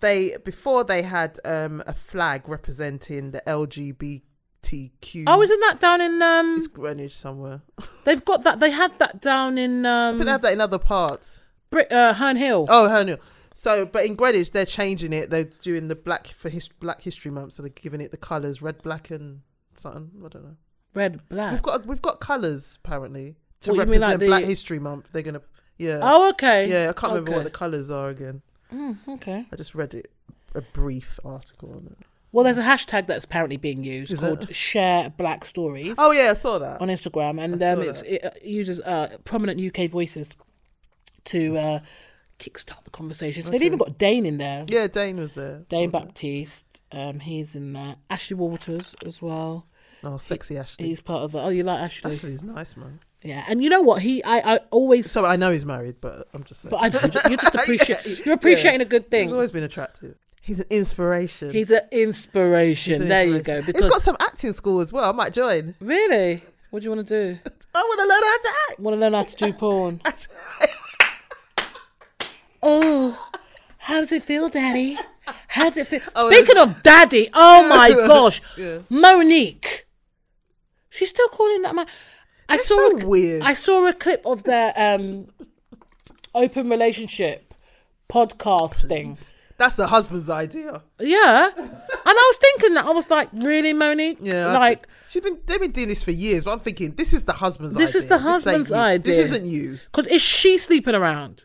They before they had um a flag representing the LGBTQ. oh, isn't that down in um? it's Greenwich somewhere. They've got that. They had that down in um. But they have that in other parts. Brit, uh, Herne Hill. Oh, hell no. So, but in Greenwich, they're changing it. They're doing the black for his, Black History Month, so they're giving it the colours red, black, and something. I don't know. Red, black. We've got we've got colours apparently to Ah. What, you mean represent like the- Black History Month. They're gonna yeah Oh, okay. yeah. I can't remember okay. what the colours are again. Mm, okay. I just read it a brief article on it. Well, there's a hashtag that's apparently being used Is called Share Black Stories Oh yeah, I saw that. on Instagram, and um, saw it's, it uh, uses uh, prominent UK voices to uh, kickstart the conversation. So They've even got Dane in there. Yeah, Dane was there. Dane Baptiste, um, he's in there. Ashley Walters as well. Oh, sexy Ashley. He's part of the. Oh, you like Ashley? Ashley's nice man. Yeah. And you know what? He, I, I always. So I know he's married, but I'm just saying. But I, you're just- you're [LAUGHS] just appreciate. You're appreciating a good he's thing. always been attractive. He's an inspiration. He's an inspiration. He's an there you go. inspiration. Because he's got some acting school as well. I might join. really, what do you want to do? I want to learn how to act. Want to learn how to [LAUGHS] do porn? oh, how does it feel, Daddy? How does it feel? Speaking of Daddy, [LAUGHS] oh my gosh, Monique, she's still calling that man. I saw a, so cl- weird. I saw a clip of their um, open relationship podcast thing. That's the husband's idea. Yeah, and I was thinking that I was like, really, Monique? Yeah, I like. think- she's been they've been doing this for years. But I'm thinking this is the husband's. This is idea. the ain't husband's you. idea. This isn't you. Because is she sleeping around?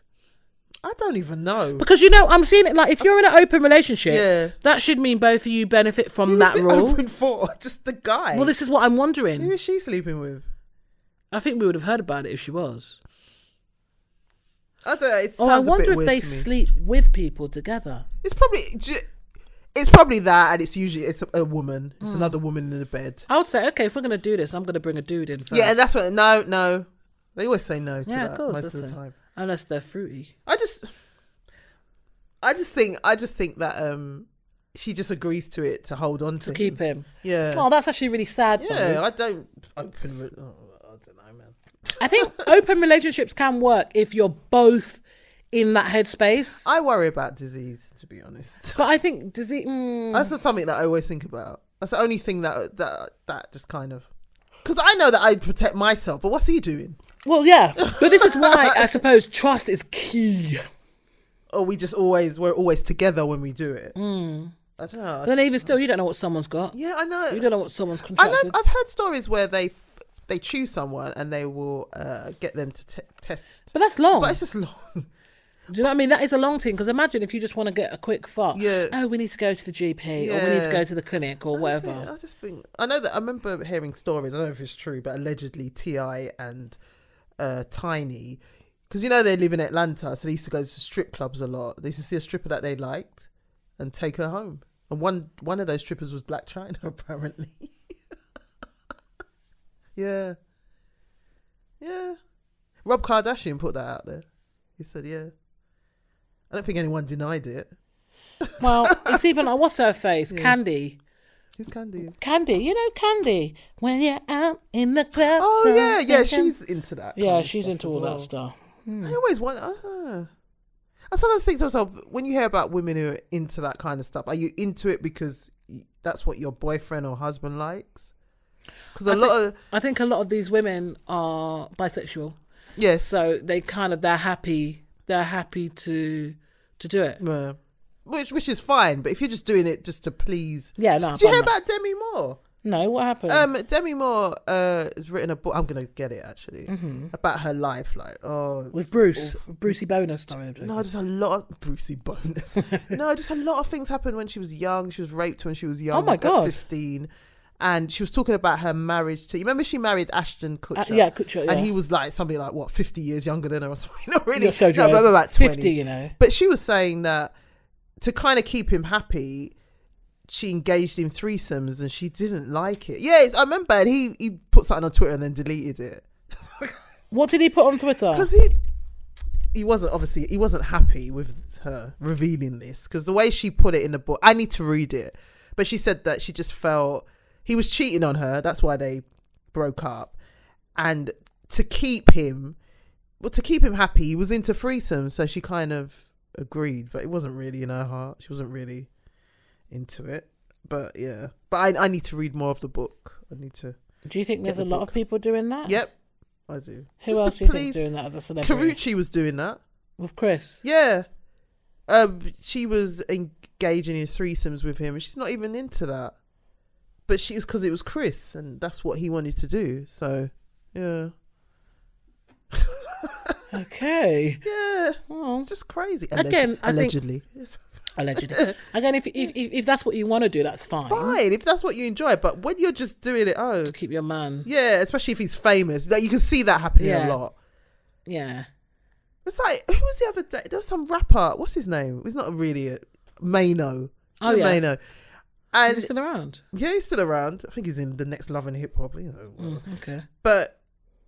I don't even know. [LAUGHS] Because you know, I'm seeing it like if you're in an open relationship, Yeah. that should mean both of you benefit from that Who's it rule. open for [LAUGHS] just the guy. Well, this is what I'm Who wondering. is she sleeping with? I think we would have heard about it if she was. I don't know. It Or Oh, I sounds a bit wonder if weird they to me. sleep with people together. It's probably. ju- It's probably that, and it's usually it's a, a woman. It's Hmm. another woman in the bed. I would say, okay, if we're gonna do this, I'm gonna bring a dude in first. Yeah, and that's what. No, no. They always say no to Yeah, that of course, most of the that's it. time. unless they're fruity. I just, I just think, I just think that um, she just agrees to it to hold on to, To him. keep him. Yeah. Oh, that's actually really sad. Yeah, Though. I don't open. re- Oh, I don't know, man. I think [LAUGHS] open relationships can work if you're both in that headspace. I worry about disease, to be honest. but I think does it? Mm, [LAUGHS] That's just something that I always think about. That's the only thing that that that just kind of. Because I know that I protect myself, but what's he doing? well, yeah. But this is why [LAUGHS] I suppose trust is key. Or we just always we're always together when we do it. I don't know. But then even still, you don't know what someone's got. Yeah, I know. You don't know what someone's I contracted. know. I've heard stories where they they choose someone and they will uh, get them to te- test but that's long. But it's just long. Do you know what I mean? That is a long thing because imagine if you just want to get a quick fuck. Yeah. Oh, we need to go to the GP or we need to Yeah. go to the clinic or I just, whatever. think- I just think I know that I remember hearing stories. I don't know if it's true, but allegedly Ti and uh, Tiny because you know they live in Atlanta, so they used to go to strip clubs a lot. They used to see a stripper that they liked and take her home. And one one of those strippers was Black China, [LAUGHS] apparently. yeah, yeah. Rob Kardashian put that out there. He said, "Yeah." I don't think anyone denied it. [LAUGHS] Well, it's even like what's her face, Candy. Who's Candy? Candy, you know Candy. When you're out in the club. Oh yeah, yeah. dancing. She's into that. yeah, kind of she's stuff into as all well. that stuff. I always wonder. Uh, I sometimes think to myself, when you hear about women who are into that kind of stuff, are you into it because y- that's what your boyfriend or husband likes? Because a I lot think, of I think a lot of these women are bisexual, yes, so they kind of they're happy. They're happy to to do it. yeah. uh, which which is fine. But if you're just doing it just to please, Yeah, no. I do you find hear that- about Demi Moore? No, what happened? Um, Demi Moore uh, has written a book. I'm gonna get it actually Mm-hmm. about her life. Like, oh, With Bruce, Brucey Bonus. No, I'm joking. No, just a lot of Brucey [LAUGHS] bonus. no, just a lot of things happened when she was young. She was raped when she was young. Oh my at God. fifteen, and she was talking about her marriage to. You remember she married Ashton Uh, Kutcher? yeah, Kutcher. Yeah. and he was like something like what fifty years younger than her or [LAUGHS] something. Not really. You're so no, joking. but about twenty. fifty, you know. But she was saying that to kind of keep him happy, she engaged in threesomes and she didn't like it. Yeah, it's, I remember. And he he put something on Twitter and then deleted it. What did he put on Twitter? because he he wasn't obviously he wasn't happy with her revealing this because the way she put it in the book i need to read it but she said that she just felt he was cheating on her that's why they broke up and to keep him well to keep him happy he was into threesomes so she kind of agreed but it wasn't really in her heart she wasn't really into it but yeah but i, I need to read more of the book i need to Do you think there's a the lot book. of people doing that? yep i do Who Just to else do you think please- doing that as a celebrity? Karuchi was doing that With Chris. Yeah. Um, she was engaging in threesomes with him. and She's not even into that. But she was because it was Chris, and that's what he wanted to do. So, yeah, Okay. yeah, Well, it's just crazy. Again, I think- allegedly, [LAUGHS] [LAUGHS] allegedly. Again, if, if if if that's what you want to do, that's fine. fine if that's what you enjoy. But when you're just doing it, oh, To keep your man. yeah, especially if he's famous, like you can see that happening Yeah. a lot. Yeah. It's like who was the other day? There was some rapper. What's his name? He's not really a Mano. Oh, yeah. Mano. Are And you still around? Yeah, he's still around. I think he's in the next Love and Hip Hop. You know, Mm, okay. but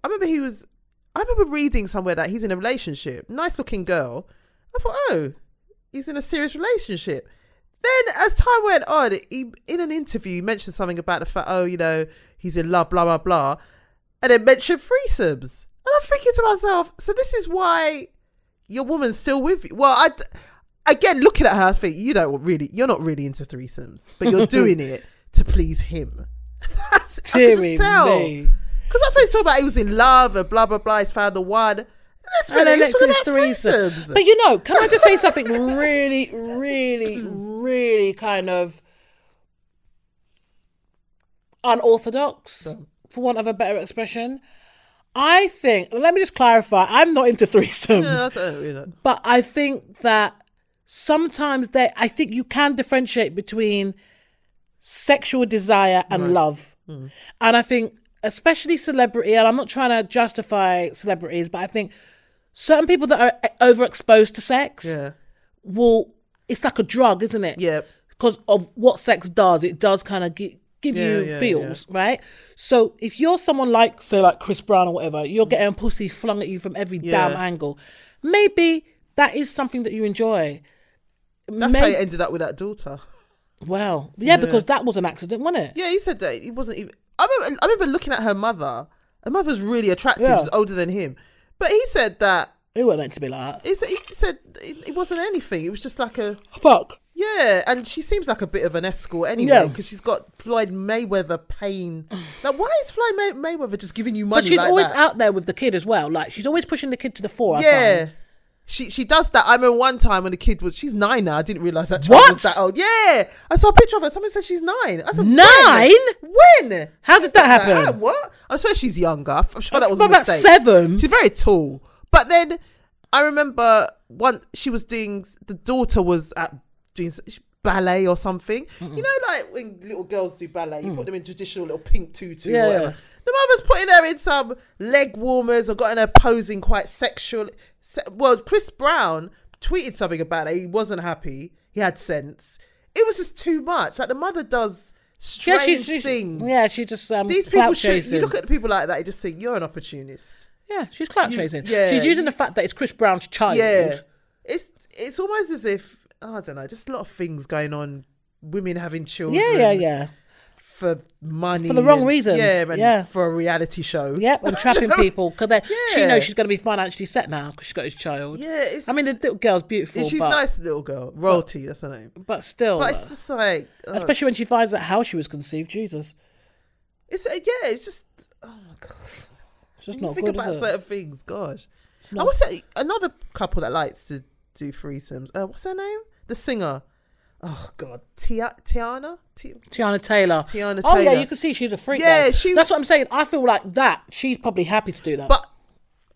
I remember he was. I remember reading somewhere that he's in a relationship. Nice looking girl. I thought, oh, he's in a serious relationship. Then as time went on, he in an interview he mentioned something about the fact, oh, you know, he's in love, blah blah blah, and then mentioned threesomes. And I'm thinking to myself, so this is why your woman's still with you. Well, I d- again looking at her, I was thinking, you don't really, you're not really into threesomes, [LAUGHS] but you're doing it to please him. [LAUGHS] That's, I could Dearie just tell. me. Because I first saw that he was in love and blah blah blah. He's found the one. Let's And be then honest, next talking is about threesome. threesomes. But you know, can I just say something really, really, really kind of unorthodox, for want of a better expression? I think, let me just clarify, I'm not into threesomes. Yeah, I don't, you know. but I think that sometimes they I think you can differentiate between sexual desire and love. And I think especially celebrity and I'm not trying to justify celebrities, but I think certain people that are uh, overexposed to sex Yeah, will it's like a drug, isn't it? yeah, because of what sex does. It does kind of give, give Yeah, you yeah, feels, right? So if you're someone like, say, like Chris Brown or whatever, you're getting pussy flung at you from every damn Mm. Yeah. angle. Maybe that is something that you enjoy. That's May- how he ended up with that daughter. well, yeah, because that was an accident, wasn't it? Yeah, he said that he wasn't even. I remember, I remember looking at her mother. Her mother's really attractive. Yeah. She's older than him, but he said that It wasn't meant to be like that. he said, he said it, it wasn't anything. It was just like a Fuck. yeah. And she seems like a bit of an escort anyway Yeah. because she's got Floyd Mayweather pain. Like, why is Floyd May- Mayweather just giving you money? But she's like always that? out there with the kid as well. Like she's always pushing the kid to the fore. I Yeah. find. She she does that. I remember one time when the kid was she's nine now. I didn't realize that child What? was that old. Yeah, I saw a picture of her. Someone said she's nine. I said when? Nine? When? How did that happen? Like, what? I swear she's younger. I'm sure that was a About mistake. seven. She's very tall. But then I remember one. She was doing the daughter was at doing s- ballet or something. You know, like when little girls do ballet, you put them in traditional little pink tutu Mm. Yeah, or whatever. yeah. The mother's putting her in some leg warmers or gotten her posing quite sexual. Se- well, Chris Brown tweeted something about it. He wasn't happy. He had sense. It was just too much. Like the mother does strange things. yeah, she just um, These people, clout should, chasing. you look at people like that, you just think you're an opportunist. yeah, she's clout chasing. yeah. she's using the fact that it's Chris Brown's child. Yeah, it's it's almost as if oh, I don't know, just a lot of things going on. Women having children, yeah, yeah, yeah. for money For the wrong and- reasons, yeah, and yeah. for a reality show. Yep, [LAUGHS] and trapping people because she Yeah. knows she's going to be financially set now because she's got his child. Yeah, it's, I mean the little girl's beautiful, she's but, nice little girl, royalty. that's her name. but still, But uh, it's just like, oh, especially when she finds out how she was conceived. Jesus, it's uh, yeah, it's just oh my god. it's just When you not think good. about is it? certain things. Gosh, I was say another couple that likes to do threesomes. Uh, what's her name? The singer. Oh God, Tia- Tiana. Ti- Tiana Taylor. Tiana Oh yeah, Taylor. you can see she's a freak. Yeah, though. she- That's what I'm saying. I feel like that. She's probably happy to do that. But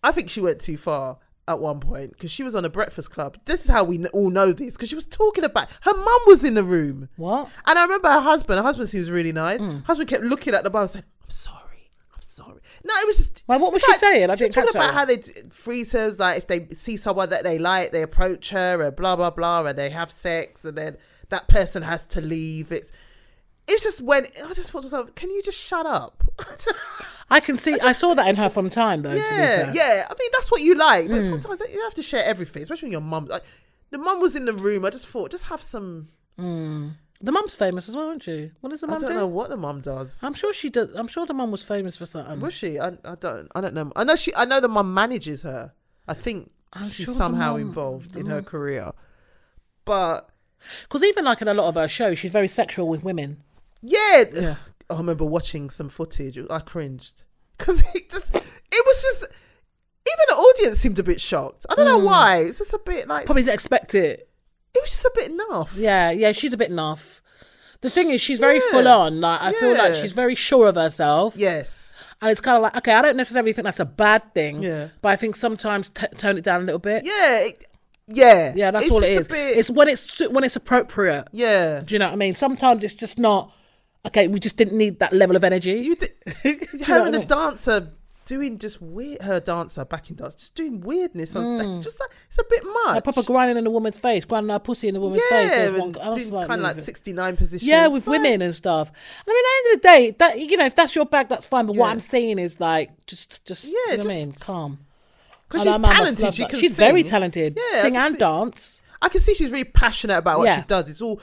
I think she went too far at one point because she was on a Breakfast Club. This is how we kn- all know this because she was talking about her mum was in the room, what? Hmm. and I remember her husband. Her husband seems really nice. Husband kept looking at the bar and saying, "I'm sorry, I'm sorry." No, it was just. Why, what was it's she saying? I she was didn't catch talking about that. how they d- free terms like if they see someone that they like, they approach her and blah blah blah, and they have sex, and then that person has to leave. It's it's just when I just thought to myself, can you just shut up? [LAUGHS] I can see. I, saw that in her from time though. to be Yeah, fair. yeah. I mean, that's what you like. Hmm. But sometimes like, you have to share everything, especially when your mum. Like, the mum was in the room. I just thought, just have some. The mum's famous as well, isn't she? What does the I mum Oh. don't do? know what the mum does. I'm sure she did. I'm sure the mum was famous for something. Was she? I, I don't. I don't know. I know she. I know the mum manages her. I think I'm she's sure the somehow mum- involved in her career. But Because even like in a lot of her shows, she's very sexual with women. yeah, Yeah. [SIGHS] I remember watching some footage. I cringed because it just. It was just. Even the audience seemed a bit shocked. I don't Hmm. know why. It's just a bit like Probably didn't expect it. it was just a bit naff. Yeah, yeah, she's a bit naff. The thing is, she's very Yeah. full on. Like I feel like Yeah. she's very sure of herself, Yes. and it's kind of like okay, I don't necessarily think that's a bad thing. Yeah. but I think sometimes t- tone it down a little bit. Yeah, it, yeah, Yeah, that's It's all it just a is. bit- It's when it's when it's appropriate. yeah. Do you know what I mean? Sometimes it's just not. Okay, we just didn't need that level of energy. [LAUGHS] You did, know her what I and the mean? dancer doing just weird. Her dancer backing dance, just doing weirdness on stage. Just like it's a bit much. Mm. Like proper grinding in a woman's face, grinding her pussy in a woman's face. yeah, There's one- I was doing kind of like "Leave it." sixty nine positions. Yeah, with So- women and stuff. And I mean, at the end of the day, that you know, if that's your bag, that's fine. But what Yeah. I'm saying is like, just, just, you Yeah, know what I just- mean, calm. And 'Cause she's her mum must talented. love She that. can she's very sing. talented. Yeah, I sing just and think- dance, I can see she's really passionate about what Yeah. she does. It's all,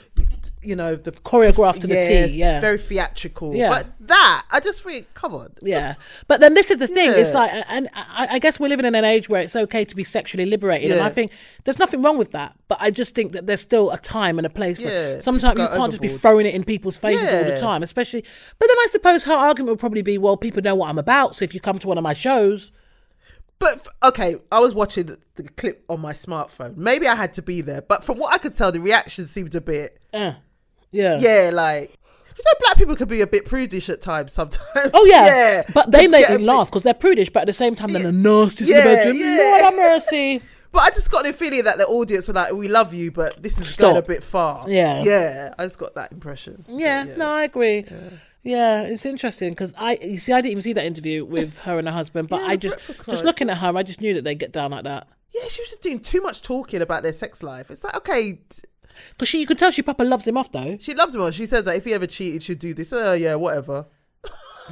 you know, the choreographed to the T. Yeah, very theatrical. Yeah. but that I just think, come on, yeah. But then this is the thing. It's Yeah. like, and I, I guess we're living in an age where it's okay to be sexually liberated, and Yeah. I think there's nothing wrong with that. But I just think that there's still a time and a place for. Yeah, Sometimes go you can't just be overboard. throwing it in people's faces all the Yeah. time, especially. But then I suppose her argument would probably be, well, people know what I'm about, so if you come to one of my shows. But f- okay, I was watching the- the clip on my smartphone. Maybe I had to be there, but from what I could tell, the reaction seemed a bit eh, yeah. yeah, like you know, black people can be a bit prudish at times sometimes. Oh [LAUGHS] yeah, but they make get me a bit- laugh because they're prudish, but at the same time they're the nastiest in Yeah, the bedroom. yeah. Lord have mercy. But I just got the feeling that the audience were like, "We love you, but this is Stop. going a bit far." Yeah. yeah. I just got that impression. Yeah, no, I agree. Yeah. it's interesting because I you see I didn't even see that interview with her and her husband, but Yeah, I the just Breakfast Club. just looking at her, I just knew that they would get down like that Yeah, she was just doing too much talking about their sex life. It's like, okay, t- because she you could tell she proper loves him off though. she loves him. all. She says that if he ever cheated, she'd do this. Oh yeah, whatever.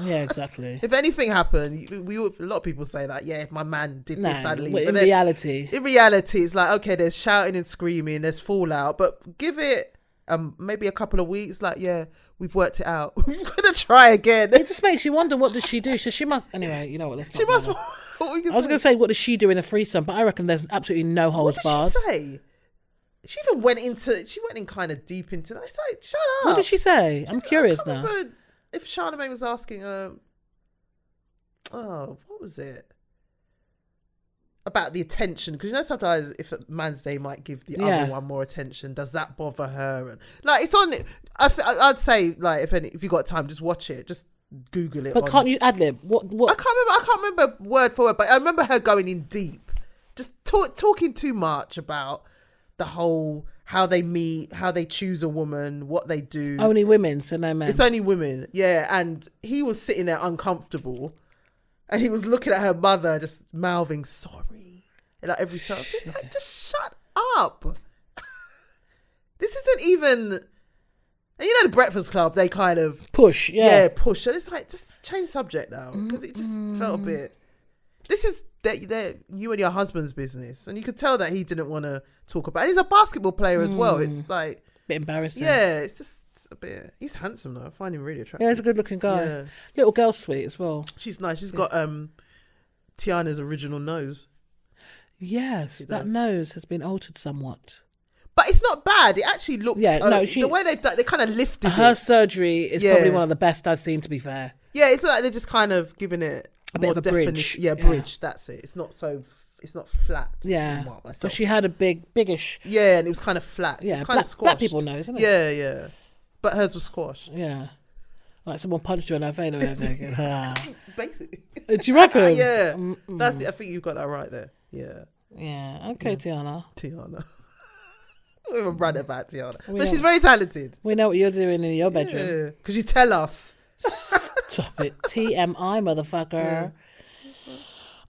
Yeah, exactly. If anything happened, we, we a lot of people say that. Yeah, if my man did no, this, I'd leave. well, in But then- reality, in reality, it's like okay, there's shouting and screaming, there's fallout, but give it um maybe a couple of weeks. Like yeah, we've worked it out. [LAUGHS] We're gonna try [LAUGHS] again. [LAUGHS] it just makes you wonder what does she do? So she must anyway. You know what? Let's not She go must. there. [LAUGHS] What we can I was say. going to say what does she do in a threesome, but I reckon there's absolutely no What holds did barred. she say? She even went into. She went in kind of deep into that. It's like shut up. What did she say? I'm She's- I curious can't now. remember If Charlemagne was asking, um, oh, what was it? About the attention, because you know sometimes if a man's day might give the Yeah. other one more attention, does that bother her? And like it's on. I f- I- I'd say like if any, if you got time, just watch it. Just Google it. But on- can't you ad lib? What? I What? can't remember. I can't remember word for word, but I remember her going in deep, just talk, talking too much about the whole how they meet, how they choose a woman, what they do. Only women, so no men. It's only women, yeah. And he was sitting there uncomfortable, and he was looking at her mother, just mouthing "sorry," and like every time, just like, just shut up. [LAUGHS] this isn't even. And you know the Breakfast Club, they kind of Push, yeah, yeah. push. And it's like just change subject now because it just felt a bit. This is that that you and your husband's business, and you could tell that he didn't want to talk about. And he's a basketball player as well. It's like Bit embarrassing. yeah, it's just a bit. He's handsome though. I find him really attractive. Yeah, he's a good looking guy. Yeah. Little girl sweet as well. She's nice. She's got um Tiana's original nose. Yes, that does. nose has been altered somewhat. But it's not bad. It actually looks. Yeah, oh, no, she- the way they've done, they kind of lifted Her it. surgery is probably Yeah. one of the best I've seen, to be fair. Yeah, it's like they're just kind of giving it A bit more of a defini- bridge. Yeah, Yeah. bridge. That's it. It's not so. It's not flat. Yeah. Mark So myself. she had a big, biggish. Yeah, and it was kind of flat. Yeah, it was kind black, of squashed. black people know, isn't it? Yeah, yeah. But hers was squashed. Yeah. Like someone punched her in her vein or [LAUGHS] anything. Ah. Basically. [LAUGHS] Do you reckon? yeah. That's it. I think you got that right there. Yeah. Yeah. Okay, Tiana. Tiana. [LAUGHS] we haven't run about Tiana. We but she's don't. very talented. We know what you're doing in your bedroom. Yeah. Because you tell us. Stop [LAUGHS] it. TMI, motherfucker.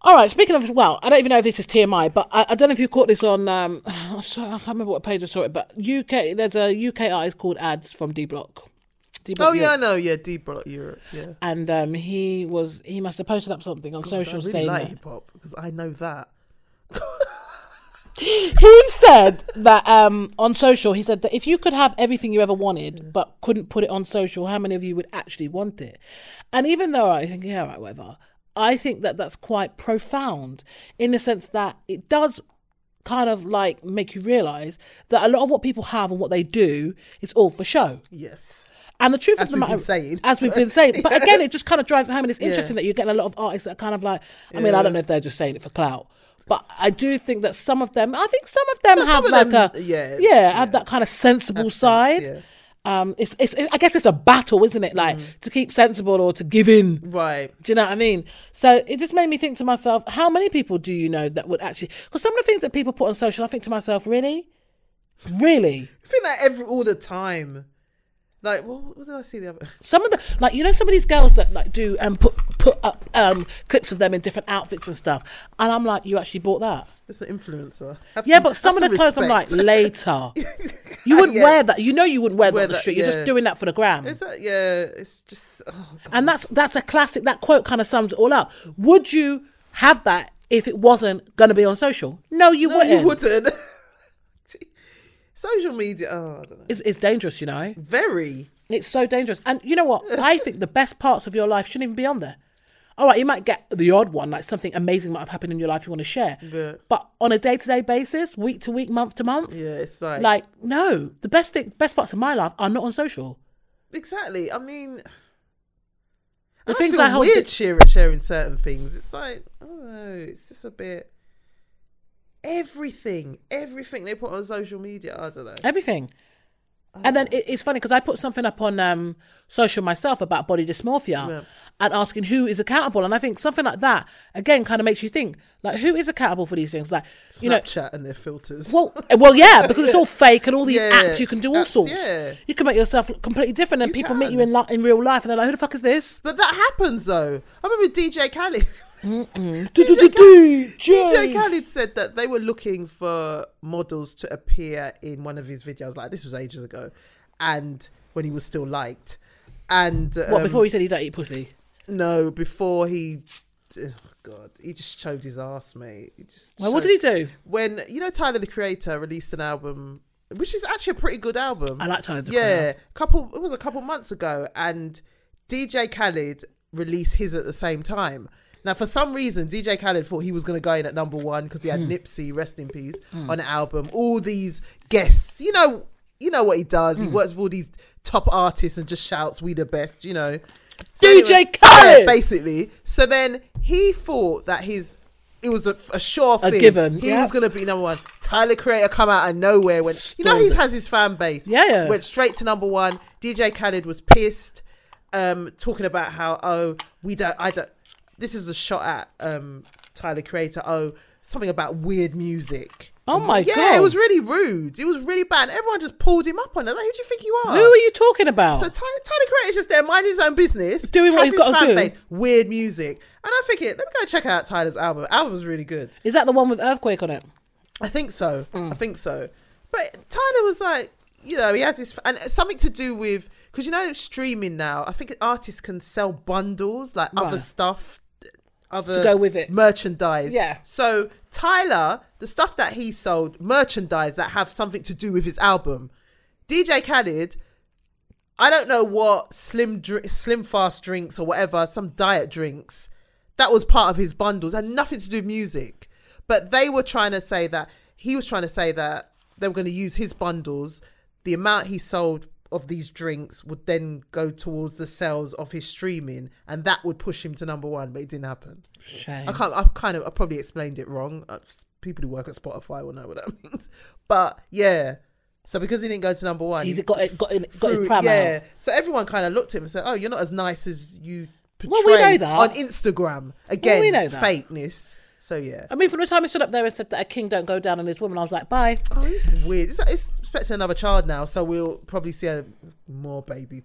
All right, speaking of, well, I don't even know if this is TMI, but I, I don't know if you caught this on, um, [SIGHS] I saw- I can't remember what page I saw it, but UK, there's a UK artist called Ads from D Block. D Block Oh, yeah, I Europe. know. Yeah, D Block Europe. Yeah. And um, he was, he must have posted up something on I social really saying like that- hip hop because I know that. he said that um, on social, he said that if you could have everything you ever wanted but couldn't put it on social, how many of you would actually want it? And even though I think, yeah, all right, whatever, I think that that's quite profound in the sense that it does kind of like make you realize that a lot of what people have and what they do is all for show. Yes. And the truth As of the we've matter, been saying. as we've been saying, [LAUGHS] but again, it just kind of drives it home, and it's interesting that you're getting a lot of artists that are kind of like. I mean, I don't know if they're just saying it for clout, but I do think that some of them, I think some of them have some like of them- a yeah, have that kind of sensible side. yeah. Mm-hmm. Um, it's, it's I guess it's a battle, isn't it? Like to keep sensible or to give in. Right. Do you know what I mean? So it just made me think to myself, how many people do you know that would actually? Because some of the things that people put on social, I think to myself, really, really. I think that every all the time. Like, what, what did I see the other? [LAUGHS] Some of the like you know some of these girls that like do and put put up um clips of them in different outfits and stuff, and I'm like, you actually bought that? It's an influencer. Have Yeah, some- but some have of the clothes I'm like respect. [LAUGHS] later. You wouldn't Yeah. wear that. You know you wouldn't wear, Wear that on the that, street. You're yeah. just doing that for the gram. Is that yeah? It's just oh god. and that's that's a classic. That quote kind of sums it all up. Would you have that if it wasn't going to be on social? No, you No, wouldn't. you wouldn't. [LAUGHS] Gee. Social media. Oh, I don't know. It's, it's dangerous, you know. Very. It's so dangerous. And you know what? I think the best parts of your life shouldn't even be on there. All right, you might get the odd one, like something amazing might have happened in your life you want to share. Yeah. But on a day to day basis, week to week, month to month, Yeah, it's like, like no, the best thing, best parts of my life are not on social. exactly. I mean, The I things feel I hold weird di- sharing, sharing certain things. It's like I don't know. It's just a bit. Everything, everything they put on social media. I don't know. everything. And then it, it's funny because I put something up on um, social myself about body dysmorphia Yeah. and asking who is accountable. And I think something like that again kind of makes you think like who is accountable for these things? Like you know, Snapchat and their filters. Well, eh, well, [LAUGHS] yeah, because it's all fake and all these Yeah, apps. You can do all that's- sorts. yeah. You can make yourself look completely different, and You people meet you can. in li- in real life, and they're like, "Who the fuck is [LAUGHS] this?" But that happens though. I remember DJ Khaled. [LAUGHS] DJ DJ. Khaled said that they were looking for models to appear in one of his videos. Like this was ages ago, and when he was still liked, and um, What before you said you don't eat pussy? no, before he, oh God, he just showed his ass, mate. He just Well, what showed- did he do? when you know Tyler the Creator released an album, which is actually a pretty good album. I like Tyler. The yeah, Creator. couple it was a couple months ago, and DJ Khaled released his at the same time. Now, for some reason, DJ Khaled thought he was going to go in at number one because he had Hmm. Nipsey, rest in peace, on the album. All these guests, you know, you know what he does. Hmm. He works with all these top artists and just shouts, "We the best," you know. DJ Yeah, Khaled! basically. So then he thought that his it was a, a sure A thing. given, He yeah. was going to be number one. Tyler Creator come out of nowhere when you know Stormed he it. has his fan base. Yeah, yeah. Went straight to number one. DJ Khaled was pissed, um, talking about how oh we don't I don't. This is a shot at um Tyler Creator. Oh something about weird music. Oh my yeah, god! it was really rude. It was really bad. Everyone just pulled him up on it. Like, who do you think you are? Who are you talking about? So Ty- Tyler Creator's just there, minding his own business, Doing what has he's his gotta fan do. Base, weird music, and I'm thinking, let me go check out Tyler's album. Album's really good. Is that the one with earthquake on it? I think so. Mm. I think so. But Tyler was like, you know, he has this, and it's something to do with because you know streaming now. I think artists can sell bundles like other Right. stuff, other go with it. merchandise. Yeah. So Tyler, the stuff that he sold, merchandise that have something to do with his album. DJ Khaled, I don't know what slim dr- slim fast drinks or whatever, some diet drinks. That was part of his bundles and nothing to do with music. But they were trying to say that he was trying to say that they were going to use his bundles. The amount he sold of these drinks would then go towards the sales of his streaming, and that would push him to number one. But it didn't happen. Shame. I can't. I've kind of. I probably explained it wrong. Uh, People who work at Spotify will know what that [LAUGHS] means. But yeah. So because he didn't go to number one, He's he got it. Got, it, got his through- pram yeah. out. So everyone kind of looked at him and said, "Oh, you're not as nice as you Well, portray we know that. on Instagram." Again, we know that. fakeness. So yeah. I mean, from the time he stood up there and said that a king don't go down on his woman, I was like, bye. Oh, it's weird. It's, it's expecting another child now, so we'll probably see a, more baby.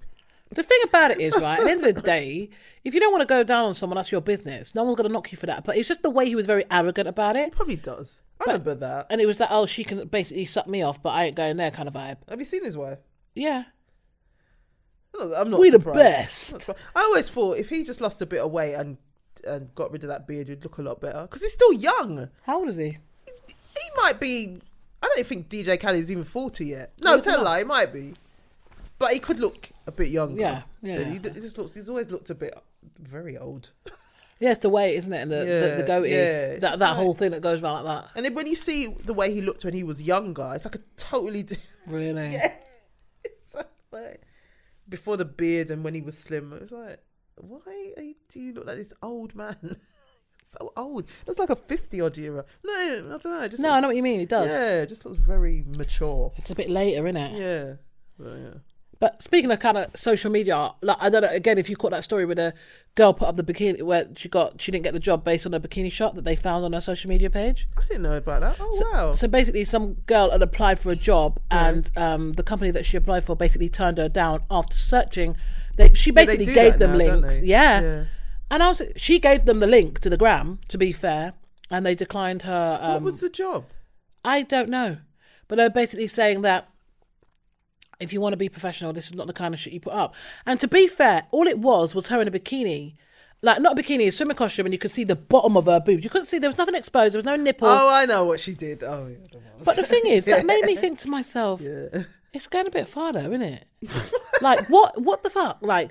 The thing about it is, right, at the end [LAUGHS] of the day, if you don't want to go down on someone, that's your business. No one's going to knock you for that. But it's just the way he was very arrogant about it. Probably does. I remember that. And it was like, oh, she can basically suck me off, but I ain't going there kind of vibe. Have you seen his wife? Yeah. I'm not- I'm not We the surprised. best. That's fine. I always thought if he just lost a bit of weight and and got rid of that beard, he'd look a lot better. Because he's still young. How old is he? He might be. I don't think DJ Khaled's even forty yet. No, tell a lie, he might be. But he could look a bit younger. Yeah, yeah. He, d- he just looks. He's always looked a bit very old. Yeah, it's the way, isn't it? And the, the, the Yeah, goatee. yeah, it's that that like- whole thing that goes around like And then when you see the way he looked when he was younger, it's like a totally. Di- that. Really? it's [LAUGHS] like, before the beard and when he was slim, it was like, why are you- do you look like this old man? [LAUGHS] so old. Looks like a fifty-odd year old. No, I don't know. it Just No, I looks- know what you mean. It does. Yeah, it just looks very mature. It's a bit later, innit? Yeah. Well, yeah. But speaking of kind of social media, like I don't know again if you caught that story where the girl put up the bikini where she got she didn't get the job based on a bikini shot that they found on her social media page. I didn't know about that. Oh wow. So basically, some girl had applied for a job, and um, the company that she applied for basically turned her down after searching. They she basically do gave that them now, don't links, they? yeah. Yeah. And I was she gave them the link to the gram. To be fair, and they declined her. Um, what was the job? I don't know. But they're basically saying that if you want to be professional, this is not the kind of shit you put up. And to be fair, all it was was her in a bikini. Like, not a bikini, a swimming costume, and you could see the bottom of her boobs. You couldn't see, there was nothing exposed, there was no nipple. Oh, I know what she did. Oh, yeah, I don't know. [LAUGHS] But the thing is, that made me think to myself, it's going a bit farther, isn't it? like, what what the fuck? Like,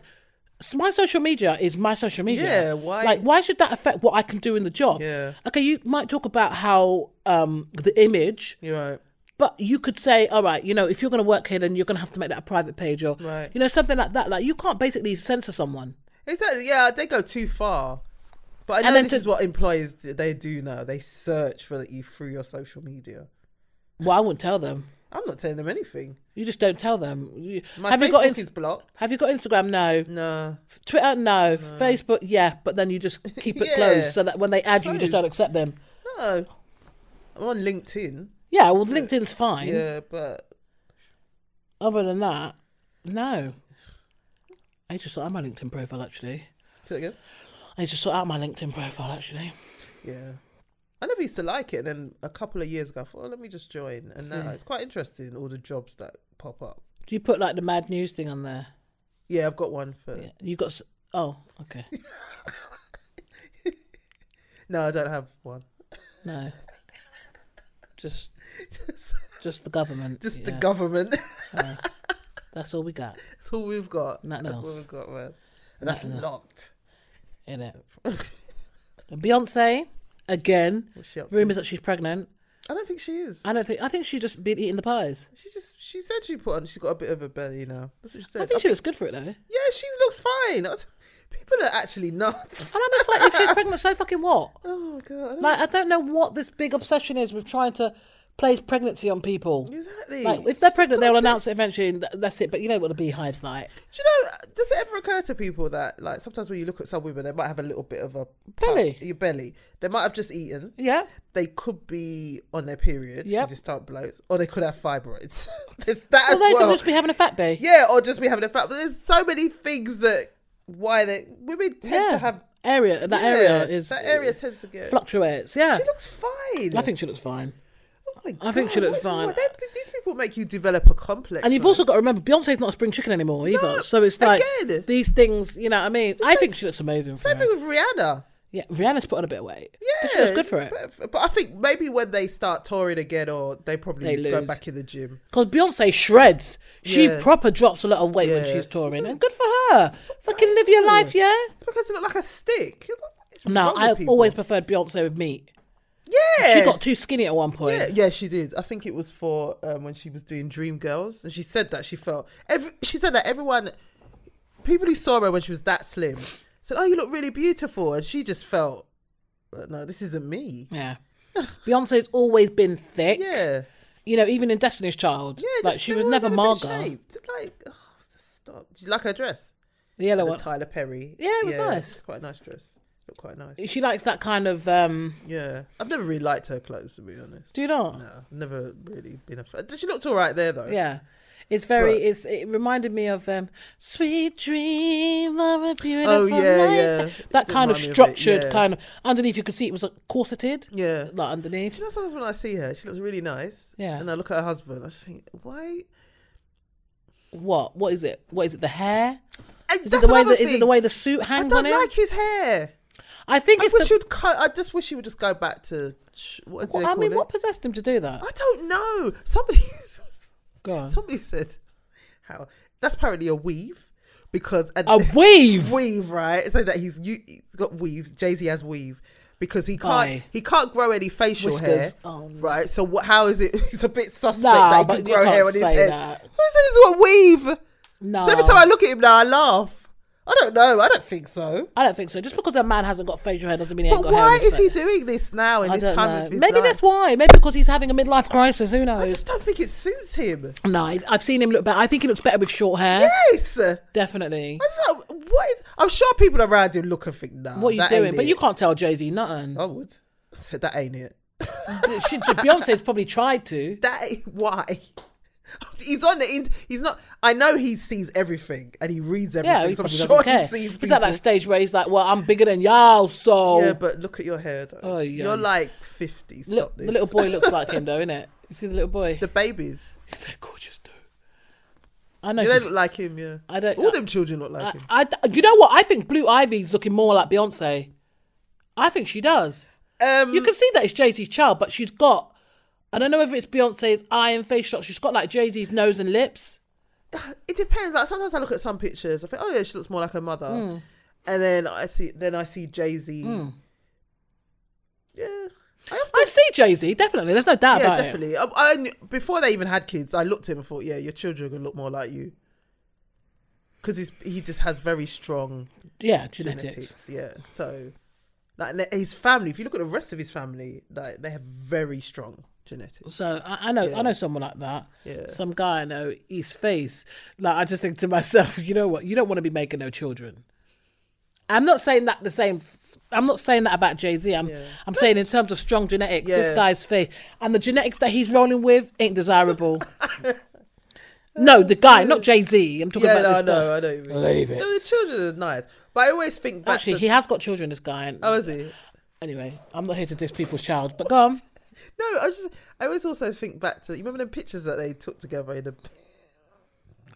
s- my social media is my social media. Yeah, why- Like, why should that affect what I can do in the job? Yeah. Okay, you might talk about how um, the image You're right. but you could say, all right, you know, if you're going to work here, then you're going to have to make that a private page or, Right. you know, something like that. Like, you can't basically censor someone. Exactly. Yeah, they go too far. But I And know then this to- is what employers do- they do now. They search for you through your social media. Well, I wouldn't tell them. I'm not telling them anything. You just don't tell them. You- My have Facebook you got is Inst- blocked. Have you got Instagram? No. No. Twitter? No. Facebook? Yeah. But then you just keep it [LAUGHS] Yeah. closed so that when they add you, you just don't Closed. accept them. No. I'm on LinkedIn. Yeah. Well, LinkedIn's fine. Yeah, but Other than that, no. I just saw out my LinkedIn profile actually. say it again. I just saw out my LinkedIn profile actually. Yeah. I never used to like it. And then a couple of years ago, I thought, oh, let me just join. And now it's quite interesting, all the jobs that pop up. Do you put like the mad news thing on there? Yeah, I've got one for. Yeah. You got? s- Oh, okay. No, I don't have one. [LAUGHS] No. Just just the government. Just the yeah. uh, government. [LAUGHS] That's all we got That's all we've got. Nothing That's else. all we've got, man. And that's Nothing else. locked. in [LAUGHS] it. Beyonce again. What's she up to? Rumors that she's pregnant. I don't think she is. I don't think. I think she just been eating the pies. She just she said she put on. She's got a bit of a belly now. That's what she said. Uh, I think she looks good for it though. And yeah, she looks fine. I was- People are actually [LAUGHS] nuts. I'm just like, [LAUGHS] if she's pregnant, so fucking what? Oh god. I don't- Like, I don't know what this big obsession is with trying to plays pregnancy on people. Exactly. Like if they're pregnant, they'll announce it eventually, and th- that's it. But you know what the beehive's like. Do you know? Does it ever occur to people that, like, sometimes when you look at some women, they might have a little bit of a pump- Belly. your belly. They might have just eaten. Yeah, They could be on their period. Yep. Yeah. Just start blows, or they could have fibroids. [LAUGHS] There's that well, they as well. could just be having a fat day. Yeah, or just be having a fat. But there's so many things that why they women tend Yeah. to have. area that yeah, area is that area tends to get. fluctuates. Yeah, she looks fine. I think she looks fine. Oh my I think she God, looks what- fine. they- these people make you develop a complex. And you've man. also got to remember Beyonce's not a spring chicken anymore either. No, so it's like again. these things, you know what I mean? I think she looks amazing for Same it. thing with Rihanna. Yeah, Rihanna's put on a bit of weight. Yeah, But she looks good for it. But, but I think maybe when they start touring again, or they probably They go lose. back in the gym. Because Beyonce shreds. She Yeah. proper drops a lot of weight when Yeah. she's touring. And good for her. Fucking live your life, yeah? It's because it looked like a stick. It's like, what is No, wrong with I've people? Eh. always preferred Beyonce with meat. yeah. She got too skinny at one point. Yeah, yeah, she did. I think it was for um, when she was doing Dream Girls, and she said that she felt. Every, she said that everyone, people who saw her when she was that slim, said, "Oh, you look really beautiful," and she just felt, "Uh, "No, this isn't me." Yeah. Beyonce's always been thick. Yeah, You know, even in Destiny's Child. yeah. like just- she was everyone's never a bit Margot. shaped. Like, oh, stop. Do you like her dress? The yellow The one. Tyler Perry. Yeah, it was nice. it's Quite a nice dress. Looked quite nice. She likes that kind of um Yeah, I've never really liked her clothes to be honest. do you not? No, I've never really been a fan. She looked all right there though. Yeah. It's very. But- It's. It reminded me of um, "Sweet Dream of a Beautiful Oh, yeah, Night." yeah. That It kind of reminded me of it, structured yeah. kind of underneath. You could see it was like, corseted, Yeah. like Do underneath. you know sometimes when I see her, she looks really nice. Yeah. And I look at her husband, I just think, why? What? What is it? What is it? The hair? And Is that's it the way? another The, is it thing. the way the suit I hangs don't on him? like his hair. I think I it's wish the. he'd cut. I just wish he would just go back to sh- what do Well, they I call mean, it? what possessed him to do that? I don't know. Somebody, [LAUGHS] Go on. somebody said how that's apparently a weave because and [LAUGHS] A weave. weave right. So that he's you, he's got weaves. Jay Z has weave because he can't Aye. he can't grow any facial hair. Whiskers. Oh, no. Right. So what, how is it? [LAUGHS] It's a bit suspect Nah, that he but can you grow hair can't on his say head. that. Oh. Who said he's got weave? No. So every time I look at him now, I laugh. I don't know. I don't think so. I don't think so. Just because a man hasn't got facial hair doesn't mean he ain't But got hair. on why his is he face. doing this now in I this don't time know. of his Maybe life? that's why. Maybe because he's having a midlife crisis. Who I knows? just don't think it suits him. No, I- I've seen him look better. I think he looks better with short hair. Yes. I Definitely. just don't- what is, I'm sure people around him look and think, nah. What are you that doing? ain't But it. Oh. you can't tell Jay Z nothing. I would. [LAUGHS] I said, that ain't it. She- Beyonce's probably tried to. [LAUGHS] That ain't why. He's on the. In, he's not. I know he sees everything and he reads everything. Yeah, he so I'm probably sure doesn't he care. sees He's people. at that stage where he's like, "Well, I'm bigger than y'all, so yeah, but look at your hair though. Oh, yeah. You're like 50. Stop Li- this. the little boy looks like him, though, innit? You see the little boy? [LAUGHS] The babies. They're gorgeous, dude. I know. Yeah, they he- look like him, yeah. I don't- All I- them children look like I, him. I, you know what? I think Blue Ivy's looking more like Beyonce. I think she does. Um, You can see that it's Jay Z's child, but she's got. I don't know whether it's Beyonce's eye and face shot. She's got like Jay Z's nose and lips. it depends. Like sometimes I look at some pictures, I think, oh yeah, she looks more like her mother, Hmm. and then I see, then I see Jay Z. Yeah, I often, I see Jay Z definitely. There's no doubt yeah, about it. definitely. I, I kn- before they even had kids, I looked at him and thought, yeah, your children are gonna look more like you, because he just has very strong Yeah, genetics. genetics. Yeah, so like ne- his family. If you look at the rest of his family, like they have very strong genetics. So I, I know I know someone like that. Yeah. Some guy I know, his face. Like I just think to myself, [LAUGHS] you know what? You don't want to be making no children. I'm not saying that the same. I'm not saying that about Jay Z. I'm Yeah. I'm saying in terms of strong genetics, this Yeah. guy's face and the genetics that he's rolling with ain't [LAUGHS] desirable. no, the guy, not Jay Z. I'm talking Yeah, no, I about know, I this know. what you guy. mean. Leave it. No, the children are nice, but I always think back Actually, to- he has got children. This guy. And, Oh, is he? Anyway, I'm not here to diss people's child, but go on. No, I was just. I always also think back to. You remember the pictures that they took together in the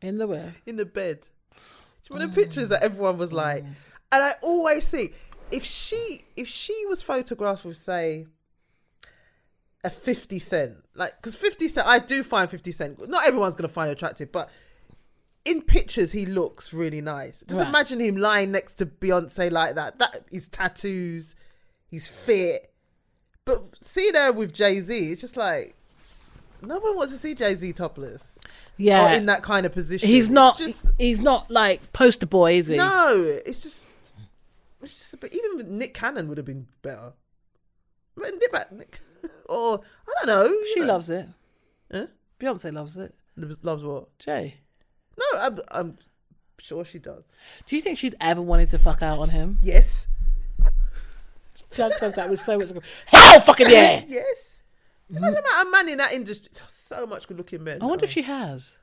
In the way. in the bed. Do you remember the pictures Oh, that everyone was like? And I always think if she if she was photographed with say a fifty cent, like because fifty cent, I do find fifty cent. Not everyone's gonna find attractive, but. In pictures, he looks really nice. Just Right. imagine him lying next to Beyonce like that. That his tattoos, he's fit. But seeing her with Jay Z, it's just like no one wants to see Jay Z topless Yeah. or in that kind of position. He's It's not. just he's not like poster boy, is he? no. It's just. It's just. But even Nick Cannon would have been better. But Nick, Nick [LAUGHS] or I don't know. you She know. loves it. Huh? Beyonce loves it. loves what? Jay. No, I'm, I'm sure she does. Do you think she'd ever wanted to fuck out on him? Yes, Chad says that with so much. [LAUGHS] Hell fucking [LAUGHS] [LAUGHS] yeah! yes. You know the amount of man in that industry. So much good-looking men. I wonder if Oh, she has.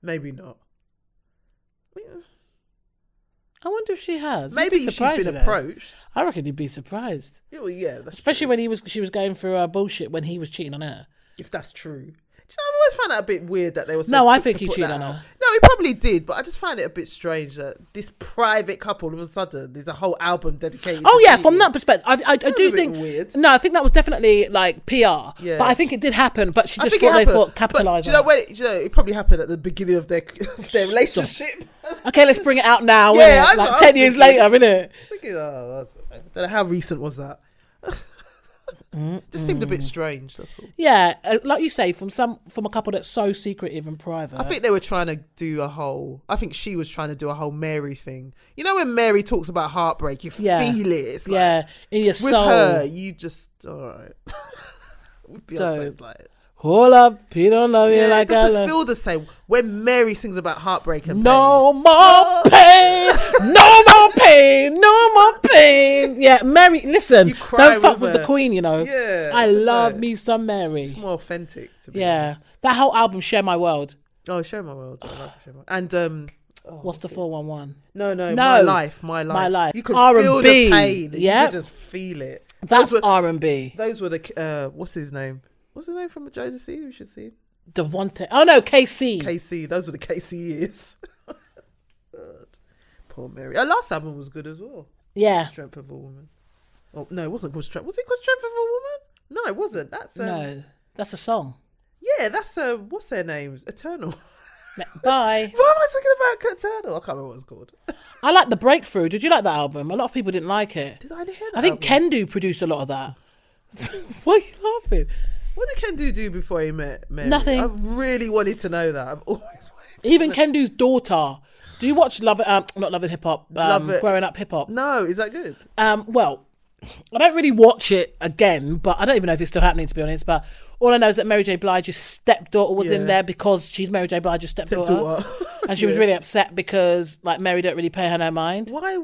Maybe not. I mean, I wonder if she has. You'd Maybe be she's surprised, been you know. approached. I reckon you'd be surprised, Yeah, well, yeah, that's especially when he was she was going through uh, bullshit when he was cheating on her. if that's true. Do you know, I always find that a bit weird that they were. So No, I quick to think he put cheated that on out. her. No, he probably did, but I just find it a bit strange that this private couple, all of a sudden, there's a whole album dedicated. Oh to yeah, cheating. from that perspective, I, I, I do a bit think weird. no, I think that was definitely like PR. But I think it did happen. But she I just think it thought they happened, thought but capitalised. Do you know on it. when? do you know, it probably happened at the beginning of their [LAUGHS] of their relationship. [LAUGHS] Okay, let's bring it out now. innit? Yeah, that's what I like was ten years thinking. later, innit? Thinking, oh, that's, I don't know how recent was that. [LAUGHS] just seemed a bit strange. That's all. Yeah, uh, like you say, from some from a couple that's so secretive and private. I think they were trying to do a whole. I think she was trying to do a whole Mary thing. You know when Mary talks about heartbreak, you Yeah. feel it. It's like, yeah, in your with soul. her, you just all right. [LAUGHS] with Beyonce, it's like Hold up, you don't love yeah, me like I it doesn't love. feel the same when Mary sings about heartbreak and No Oh. more pain. No [LAUGHS] more pain. No more pain. Yeah, Mary. Listen, You cry don't fuck with with the her. Queen. You know. pain. Yeah, I it's love like- me some Mary. It's more authentic to be Yeah, honest. that whole album, Share My World. Oh, show my world. I like show my and um. oh, What's the four one one? No, no, my No. life, my life, Life. You could R&B. feel the pain. you Yep. could just feel it. That's those were, R and B. those were the uh, what's his name? What's his name from Jodeci? We should see Devonte. Oh no, KC. KC. Those were the KC years. [LAUGHS] God. Poor Mary. Her last album was good as well. yeah. Strength of a Woman. Oh no, it wasn't called Strength. Was it called Strength of a Woman? No, it wasn't. That's um, No, that's a song. yeah, that's uh, what's their names? Eternal. [LAUGHS] Bye. Why am I talking about Eternal? I can't remember what it's called. [LAUGHS] I like the breakthrough. Did you like that album? A lot of people didn't like it. Did I hear that? I think album? Kendu produced a lot of that. [LAUGHS] Why are you laughing? What did Kendu do before he met Mary? Nothing. I really wanted to know that. I've [LAUGHS] always wanted. To Even Kendu's daughter. Do you watch Love It? Um, not Love It Hip Hop. Um, Love It. Growing Up Hip Hop. No, is that good? Um, well, I don't really watch it again, but I don't even know if it's still happening to be honest. But all I know is that Mary J. Blige's stepdaughter was Yeah. in there because she's Mary J. Blige's stepdaughter, Daughter. and she was [LAUGHS] Yeah. really upset because like Mary don't really pay her no mind. Why? I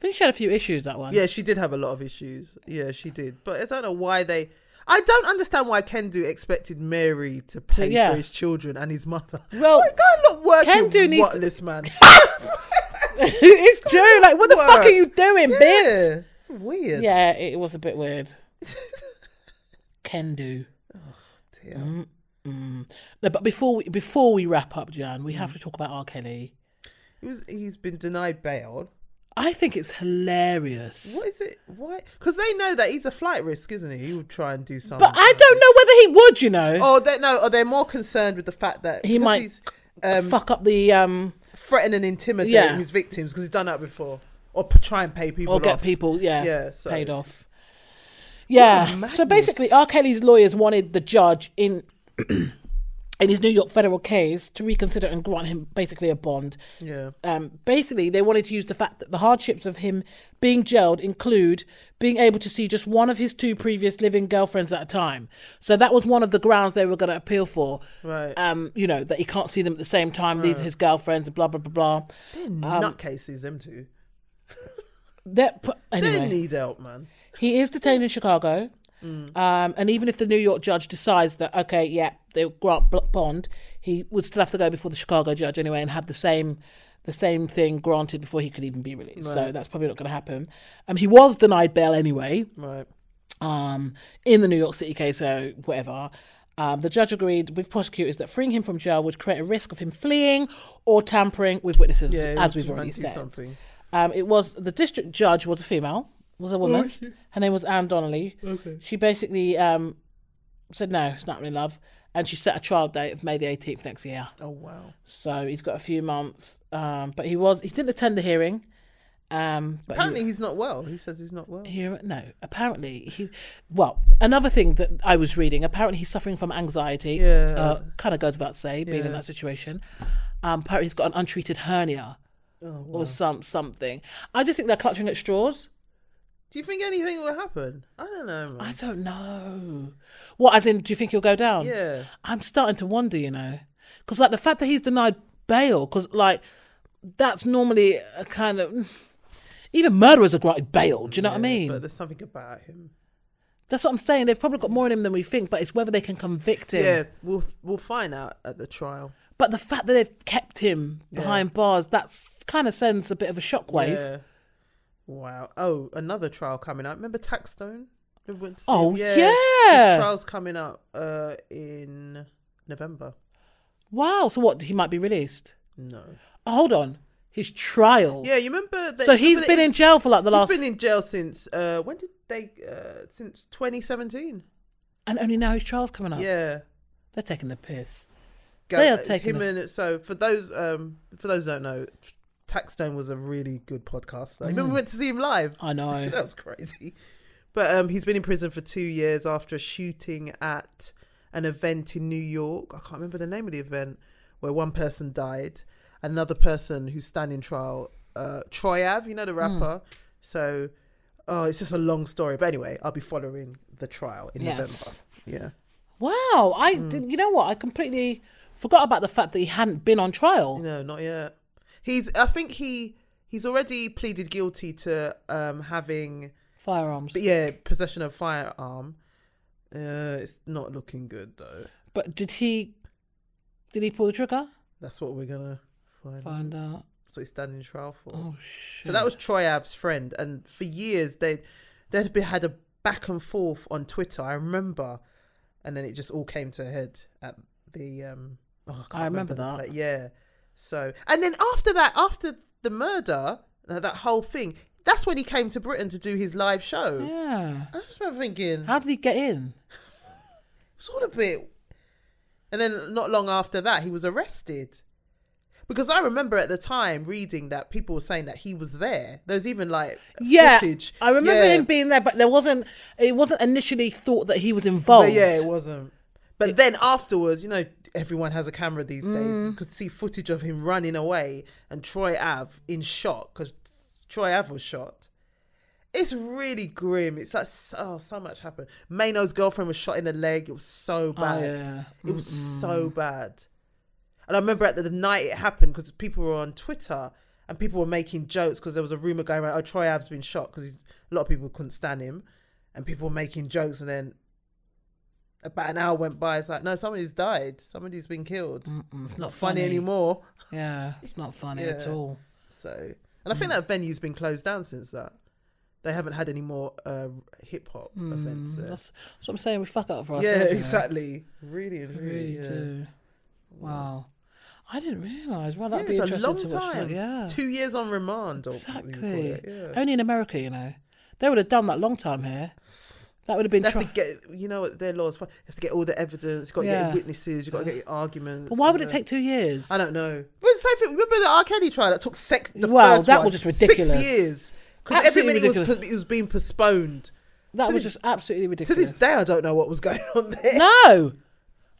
think she had a few issues that one. Yeah, she did have a lot of issues. Yeah, she did. But I don't know why they. I don't understand why Kendu expected Mary to pay yeah. for his children and his mother. Well, Why, go and look working. Kendu Kendu needs needs to- [LAUGHS] this man. [LAUGHS] it's true. Like, what the fuck Work. are you doing, bitch? yeah, it's weird. Yeah, it was a bit [LAUGHS] weird. Can do. Oh, Dear. No, but before we before we wrap up, Jan, we Mm. have to talk about R. Kelly. He was, he's been denied bail. I think it's hilarious. What is it? Why? Because they know that he's a flight risk, isn't he? He would try and do something. But I don't know whether he would, you know. Or they no, or they're more concerned with the fact that He because might he's, um, fuck up the um threaten and intimidate Yeah. his victims because he's done that before, or p- try and pay people or get off. people yeah, Yeah, so- paid off yeah madness. so basically r kelly's lawyers wanted the judge in [CLEARS THROAT] in his new york federal case to reconsider and grant him basically a bond Yeah, um, basically they wanted to use the fact that the hardships of him being jailed include being able to see just one of his two previous living girlfriends at a time so that was one of the grounds they were going to appeal for Right. um you know that he can't see them at the same time these are his girlfriends blah blah blah blah they're Um, nutcases. Them two, They're, p- they anyway need help, man. He is detained in Chicago. Um, and even if the New York judge decides that, okay, yeah, they'll grant b- bond, he would still have to go before the Chicago judge anyway and have the same the same thing granted before he could even be released. So that's probably not going to happen. Um, he was denied bail anyway Right. um, in the New York City case, so whatever. Um, the judge agreed with prosecutors that freeing him from jail would create a risk of him fleeing or tampering with witnesses, Yeah, as we we've already do said. something. Um, it was the district judge was a female, was a woman. Her name was Anne Donnelly. Oh, Okay. She basically um, said no, it's not really love, and she set a trial date of May the eighteenth next year. Oh wow. So he's got a few months, um, but he was he didn't attend the hearing. Um, but he- Apparently he's not well. He says he's not well. here, no, apparently he. Well, another thing that I was reading, apparently he's suffering from anxiety. Yeah. uh, kind of goes without say, being in Yeah. that situation. Um, apparently he's got an untreated hernia Oh, or some something. I just think they're clutching at straws. Do you think anything will happen? I don't know. Man. I don't know. What, as in, do you think he'll go down? yeah. I'm starting to wonder, you know, because like the fact that he's denied bail, because like that's normally a kind of even murderers are granted bail. Do you know what I mean? But there's something about him. that's what I'm saying. They've probably got more in him than we think, but it's whether they can convict him. Yeah, we'll we'll find out at the trial. But the fact that they've kept him behind bars, that's kind of sends a bit of a shockwave. Yeah. Wow. Oh, another trial coming up. Remember Taxstone? We went to see Oh, him? yeah. His trial's coming up uh, in November. Wow. So what? He might be released. No. Oh, hold on. His trial. Yeah, you remember? That, So he's been in jail for like the He's last, been in jail since uh, when did they? Uh, since 2017. and only now his trial's coming up. Yeah. They're taking the piss. Go, Oh. They are it's taking him and so for those um for those who don't know, Taxstone was a really good podcaster. Remember Mm. we went to see him live. I [LAUGHS] know. that was crazy. But um, he's been in prison for two years after a shooting at an event in New York. I can't remember the name of the event where one person died, another person who's standing trial, uh, Troy Ave, you know the rapper. So, oh, it's just a long story. But anyway, I'll be following the trial in Yes. November. Wow, I Hmm. did. You know what? I completely forgot about the fact that he hadn't been on trial. Yeah, no, not yet. He's. I think he he's already pleaded guilty to um, having Firearms. But, yeah possession of firearm. Uh, it's not looking good though. did he? Did he pull the trigger? That's what we're gonna find. out. Find out. That's what he's standing trial for. Oh shit. so that was Troy Av's friend, and for years they they'd be, had a back and forth on Twitter. I remember, and then it just all came to a head at the. Um, oh, I, can't I remember the that. pla- yeah. So and then after that, after the murder, uh, that whole thing. That's when he came to Britain to do his live show. Yeah. I just remember thinking, How did he get in? it's all a bit. And then not long after that, he was arrested. Because I remember at the time reading that people were saying that he was there. There's even like Yeah, footage. I remember Yeah. him being there, but there wasn't. It wasn't initially thought that he was But involved. yeah, it wasn't. But then afterwards, you know, everyone has a camera these days. Mm. You could see footage of him running away and Troy Ave in shock because Troy Ave was shot. It's really grim. It's like so, so much happened. Mano's girlfriend was shot in the leg. It was so Oh, bad. yeah. It was so bad. And I remember at the, the night it happened because people were on Twitter and people were making jokes because there was a rumor going around. Oh, Troy Ave's been shot because a lot of people couldn't stand him, and people were making jokes. And then about an hour went by. It's like, no, somebody's died. Somebody's been killed. it's not funny. funny, anymore. Yeah, it's not funny at Yeah. all. So, and I Mm. think that venue's been closed down since that. They haven't had any more uh, hip hop events. there. Hmm, Mm, That's, that's what I'm saying. We fuck up for ourselves. uh, Yeah, you know. exactly. Really, and We really. Really yeah. do. Wow. I didn't realise. Wow, that'd Yeah, be it's a interesting long to watch. time. That. Yeah. Two years on remand. Or what do you Exactly. call it, Yeah. Only in America, you know. They would have done that long time here. That would have been. They have Tri- to get, you know, what their laws. You have to get all the evidence. You've got to get Yeah. your witnesses. You've got to get your arguments. but why and would it the- take two years? I don't know. But the same thing. Remember the R. Kelly trial that took sex. The Wow, first that one, was just ridiculous. Six years. Because every Absolutely minute it was, ridiculous. pos- it was being postponed. that to was this- just absolutely To ridiculous. this day, I don't know what was [LAUGHS] going on there. no,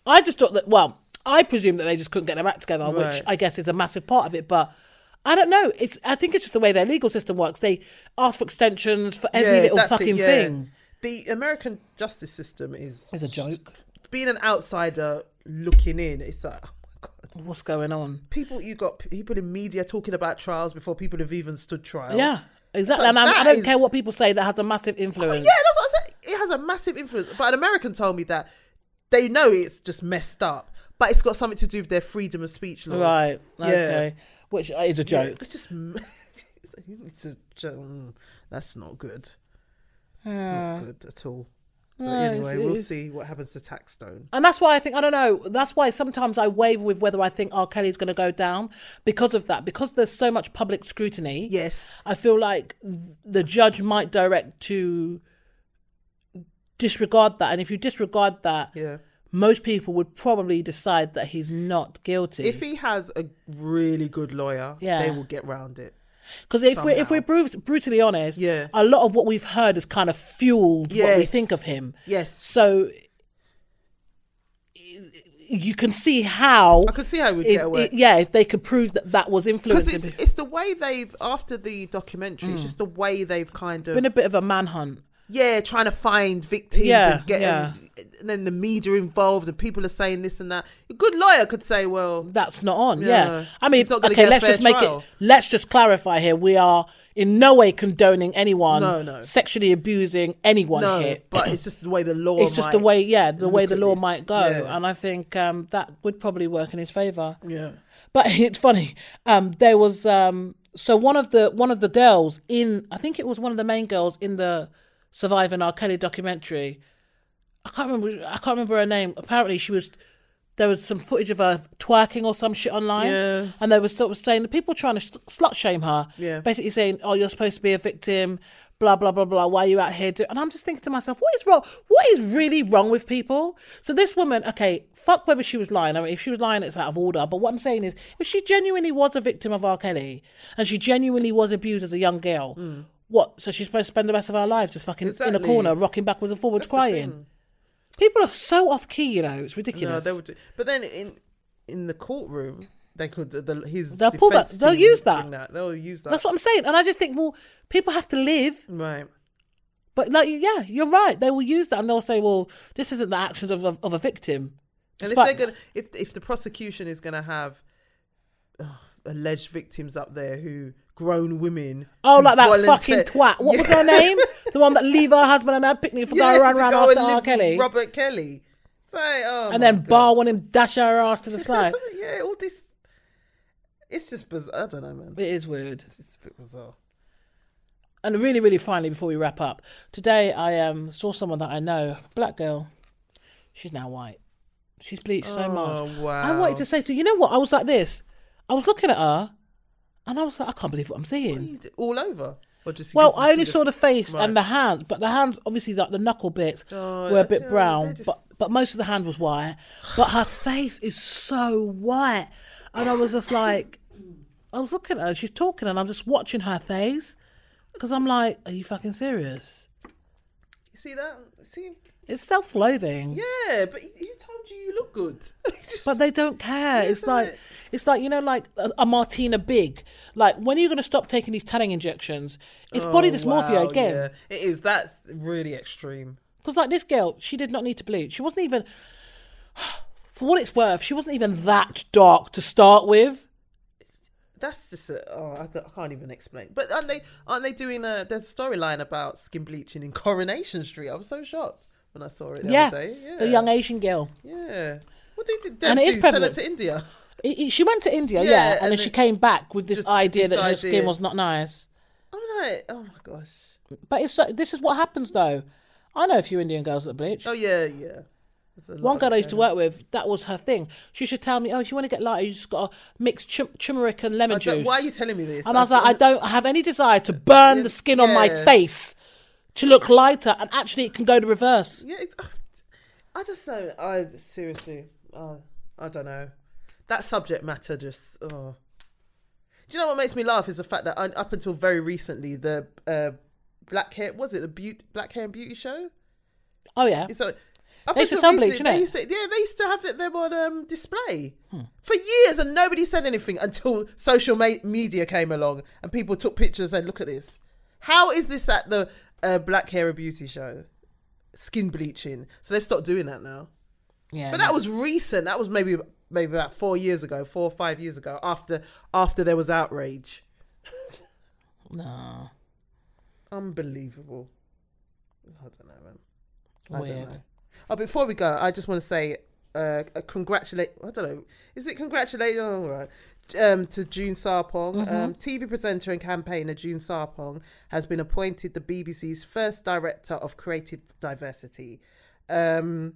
I just thought that. Well, I presume that they just couldn't get their act together, which Right. I guess is a massive part of it. But I don't know. It's. I think it's just the way their legal system works. They ask for extensions for every Yeah, little that's it, fucking yeah. thing. The American justice system is It's a joke. being an outsider looking in. It's like, oh my god. What's going on? People, you got people in media talking about trials before people have even stood trial. Yeah, exactly. like, and I'm, I that don't is- Oh, care what people say. That has a massive influence. But yeah, that's what I said. It has a massive influence. But an American told me that they know it's just messed up, but it's got something to do with their freedom of speech laws. Right. Yeah. Okay. Which is a Yeah, joke. It's just. [LAUGHS] it's like, you need to ju- mm, that's not good. Not good at all. But No, it's- anyway, we'll it's- see what happens to Taxstone. And that's why I think I don't know. That's why sometimes I waver with whether I think R. Kelly's going to go down because of that. Because there's so much public scrutiny. Yes. I feel like the judge might direct to disregard that, and if you disregard that, Yeah. most people would probably decide that he's not guilty. If he has a really good Mm. lawyer, Yeah. they will get round it. Because if we're, if somehow. we're brut- brutally honest, Yeah. a lot of what we've heard has kind of fueled what we Yes. think of him. Yes. So you can see how I could see how we'd if, get away. i- yeah if they could prove that that was because influencing it's, it's the way they've after the documentary Mm. it's just the way they've kind of been a bit of a manhunt yeah trying to find victims Yeah, and get yeah. and, and then the media involved and people are saying this and that a good lawyer could say well that's not on yeah, Yeah. i mean He's not gonna okay get a let's fair just make trial. it let's just clarify here we are in no way condoning anyone No, no. sexually abusing anyone no here but it's just the way the law it's just the might- way yeah the way look the at law this. might go Yeah. and i think um, that would probably work in his favor yeah but [LAUGHS] it's funny um, there was um, so one of the one of the girls in i think it was one of the main girls in the surviving r kelly documentary i can't remember i can't remember her name apparently she was there was some footage of her twerking or some shit online Yeah. and they were sort of saying the people trying to st- slut shame her Yeah. basically saying oh you're supposed to be a victim blah blah blah blah why are you out here do-? and i'm just thinking to myself what is wrong what is really wrong with people so this woman okay fuck whether she was lying i mean if she was lying it's out of order but what i'm saying is if she genuinely was a victim of r kelly and she genuinely was abused as a young girl what so she's supposed to spend the rest of her life just fucking in a Hmm. Exactly. corner rocking backwards and forwards crying people are so off key you know it's ridiculous no they would do, but then in in the courtroom they could the, the, his They'll pull that- defense they'll team use would that. bring they'll use that that's what i'm saying and i just think well people have to live right But like, yeah, you're right. They will use that, and they'll say, "Well, this isn't the actions of of, of a victim." And if Despite- they're gonna, if if the prosecution is gonna have ugh, alleged victims up there who grown women, oh, who like that volunteer- fucking twat. What was her name? [LAUGHS] The one that leave her husband and her picnic for Yeah, go around to around go after and live R. with Kelly, Robert Kelly, It's like, oh and my then God. bar one and dash her ass to the side. [LAUGHS] [LAUGHS] yeah, all this. It's just bizarre. I don't know, man. it is weird. It's just a bit bizarre. And really, really finally, before we wrap up, today I um saw someone that I know, black girl. She's now white. She's bleached so much. Oh wow! I wanted to say to you, you know what? I was like this. I was looking at her, and I was like, I can't believe what I'm seeing. You did- all over. Or just Well, because I you only just- saw the face Right. and the hands, but the hands obviously like the knuckle bits Oh, were a bit yeah, brown, they're just- but but most of the hand was white. But her face is so white, and I was just like, I was looking at her, she's talking, and I'm just watching her face because I'm like, are you fucking serious? You see that? See? It's self-loathing, Yeah, but you- you told you you look good. [LAUGHS] Just- but they don't care. it's isn't like. it? It's like you know, like a, a Martina Big. Like when are you going to stop taking these tanning injections? It's body Oh, dysmorphia wow, again. yeah. It is. That's really extreme. Because like this girl, she did not need to bleach. She wasn't even, [SIGHS] for what it's worth, she wasn't even that dark to start with. That's just a, oh, I, ca- I can't even explain. But aren't they aren't they doing a there's a storyline about skin bleaching in Coronation Street? I was so shocked when I saw it the yeah, other day. Yeah, the young Asian girl. yeah. What did did And Deb it is do? Sell her prevalent. to India? I- I- she went to India, yeah, Yeah, and, and then she it- came back with this just idea this that her skin idea. was not nice. I'm like, oh my gosh. But it's like- this is what happens though. I know a few Indian girls that bleach. Oh yeah, yeah. There's a One lot girl I of- used to work with, that was her thing. She should tell me, "Oh, if you want to get lighter, you just got to mix chum- turmeric and lemon I don't- juice." Why are you telling me this? And I was like, I don't have any desire to burn the skin on my Yeah. face to look lighter. And actually, it can go the reverse. Yeah, it's, oh, I just don't. I seriously, I I don't know. That subject matter just. Oh. Do you know what makes me laugh is the fact that un- up until very recently, the uh, black hair was it the beauty, black hair and beauty show? Oh, yeah. It's a. Up They used to until sun bleach, recently, innit? Hmm. they used to, yeah, they used to have it- them on um, display for years, and nobody said anything until social ma- media came along and people took pictures and look at this. How is this at the uh, Black Hair and Beauty Show? Skin bleaching. So they've stopped doing that now. yeah. But that was recent. That was maybe maybe about four years ago, four or five years ago. After after there was outrage. No. Unbelievable. I don't know, man. I Weird. don't know. Oh, before we go, I just want to say, uh, a congratulate. I don't know. Is it congratulate? Oh, all right. Um, to June Sarpong, um, TV presenter and campaigner June Sarpong has been appointed the BBC's first director of creative diversity. Um,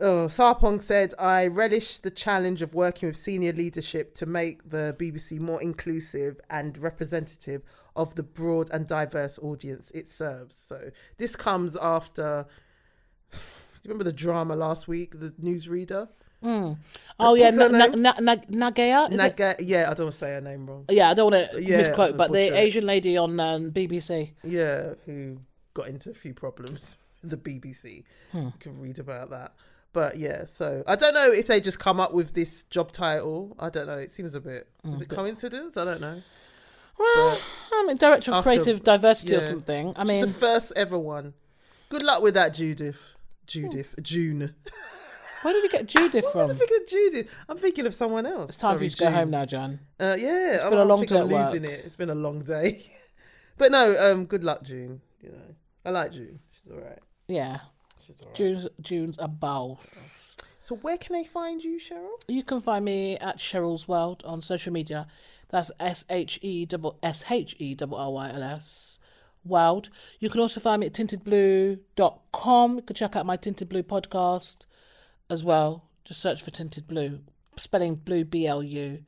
oh, Sarpong said, "I relish the challenge of working with senior leadership to make the BBC more inclusive and representative of the broad and diverse audience it serves." So this comes after. [SIGHS] Do you remember the drama last week? The newsreader. Oh, yeah. What's her Na- na- name? na- na- Nagaya? Is it? Naga- yeah, I don't want to say her name wrong. Yeah, I don't want to Yeah, misquote, but the unfortunate. Asian lady on um, BBC. [LAUGHS] Hmm. Yeah, who got into a few problems. with The BBC. You can read about that. But yeah, so I don't know if they just come up with this job title. I don't know. It seems a bit. Is it coincidence? I don't know. Hmm. Well, I mean, director of After- creative diversity or yeah. something. I She's mean, the first ever one. Good luck with that, Judith. Judith. June. [LAUGHS] where did we get Judith What was I Hmm. from? thinking of Judith? I'm thinking of someone else. It's time for you to go home now, Jan. Uh, yeah, I'm, been a I'm long thinking day I'm at losing it. It's been a long day. [LAUGHS] but no, um, good luck, June. You know, I like June. She's all right. Yeah, She's all right. June's June's a boss. So where can they find you, Cheryl? You can find me at Cheryl's World on social media. That's S H E double S H E double R Y L S World. You can also find me at tintedblue.com. You can check out my Tinted Blue podcast as well. Just search for Tinted Blue, spelling blue B L U.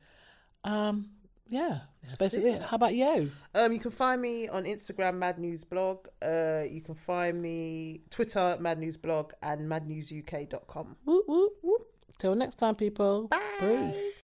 Um, yeah, that's basically it. How about you? Um, you can find me on Instagram, Mad News Blog. Uh, you can find me Twitter, Mad News Blog, and madnewsuk.com. Whoop, whoop, whoop. Till next time, people. Bye. Breathe.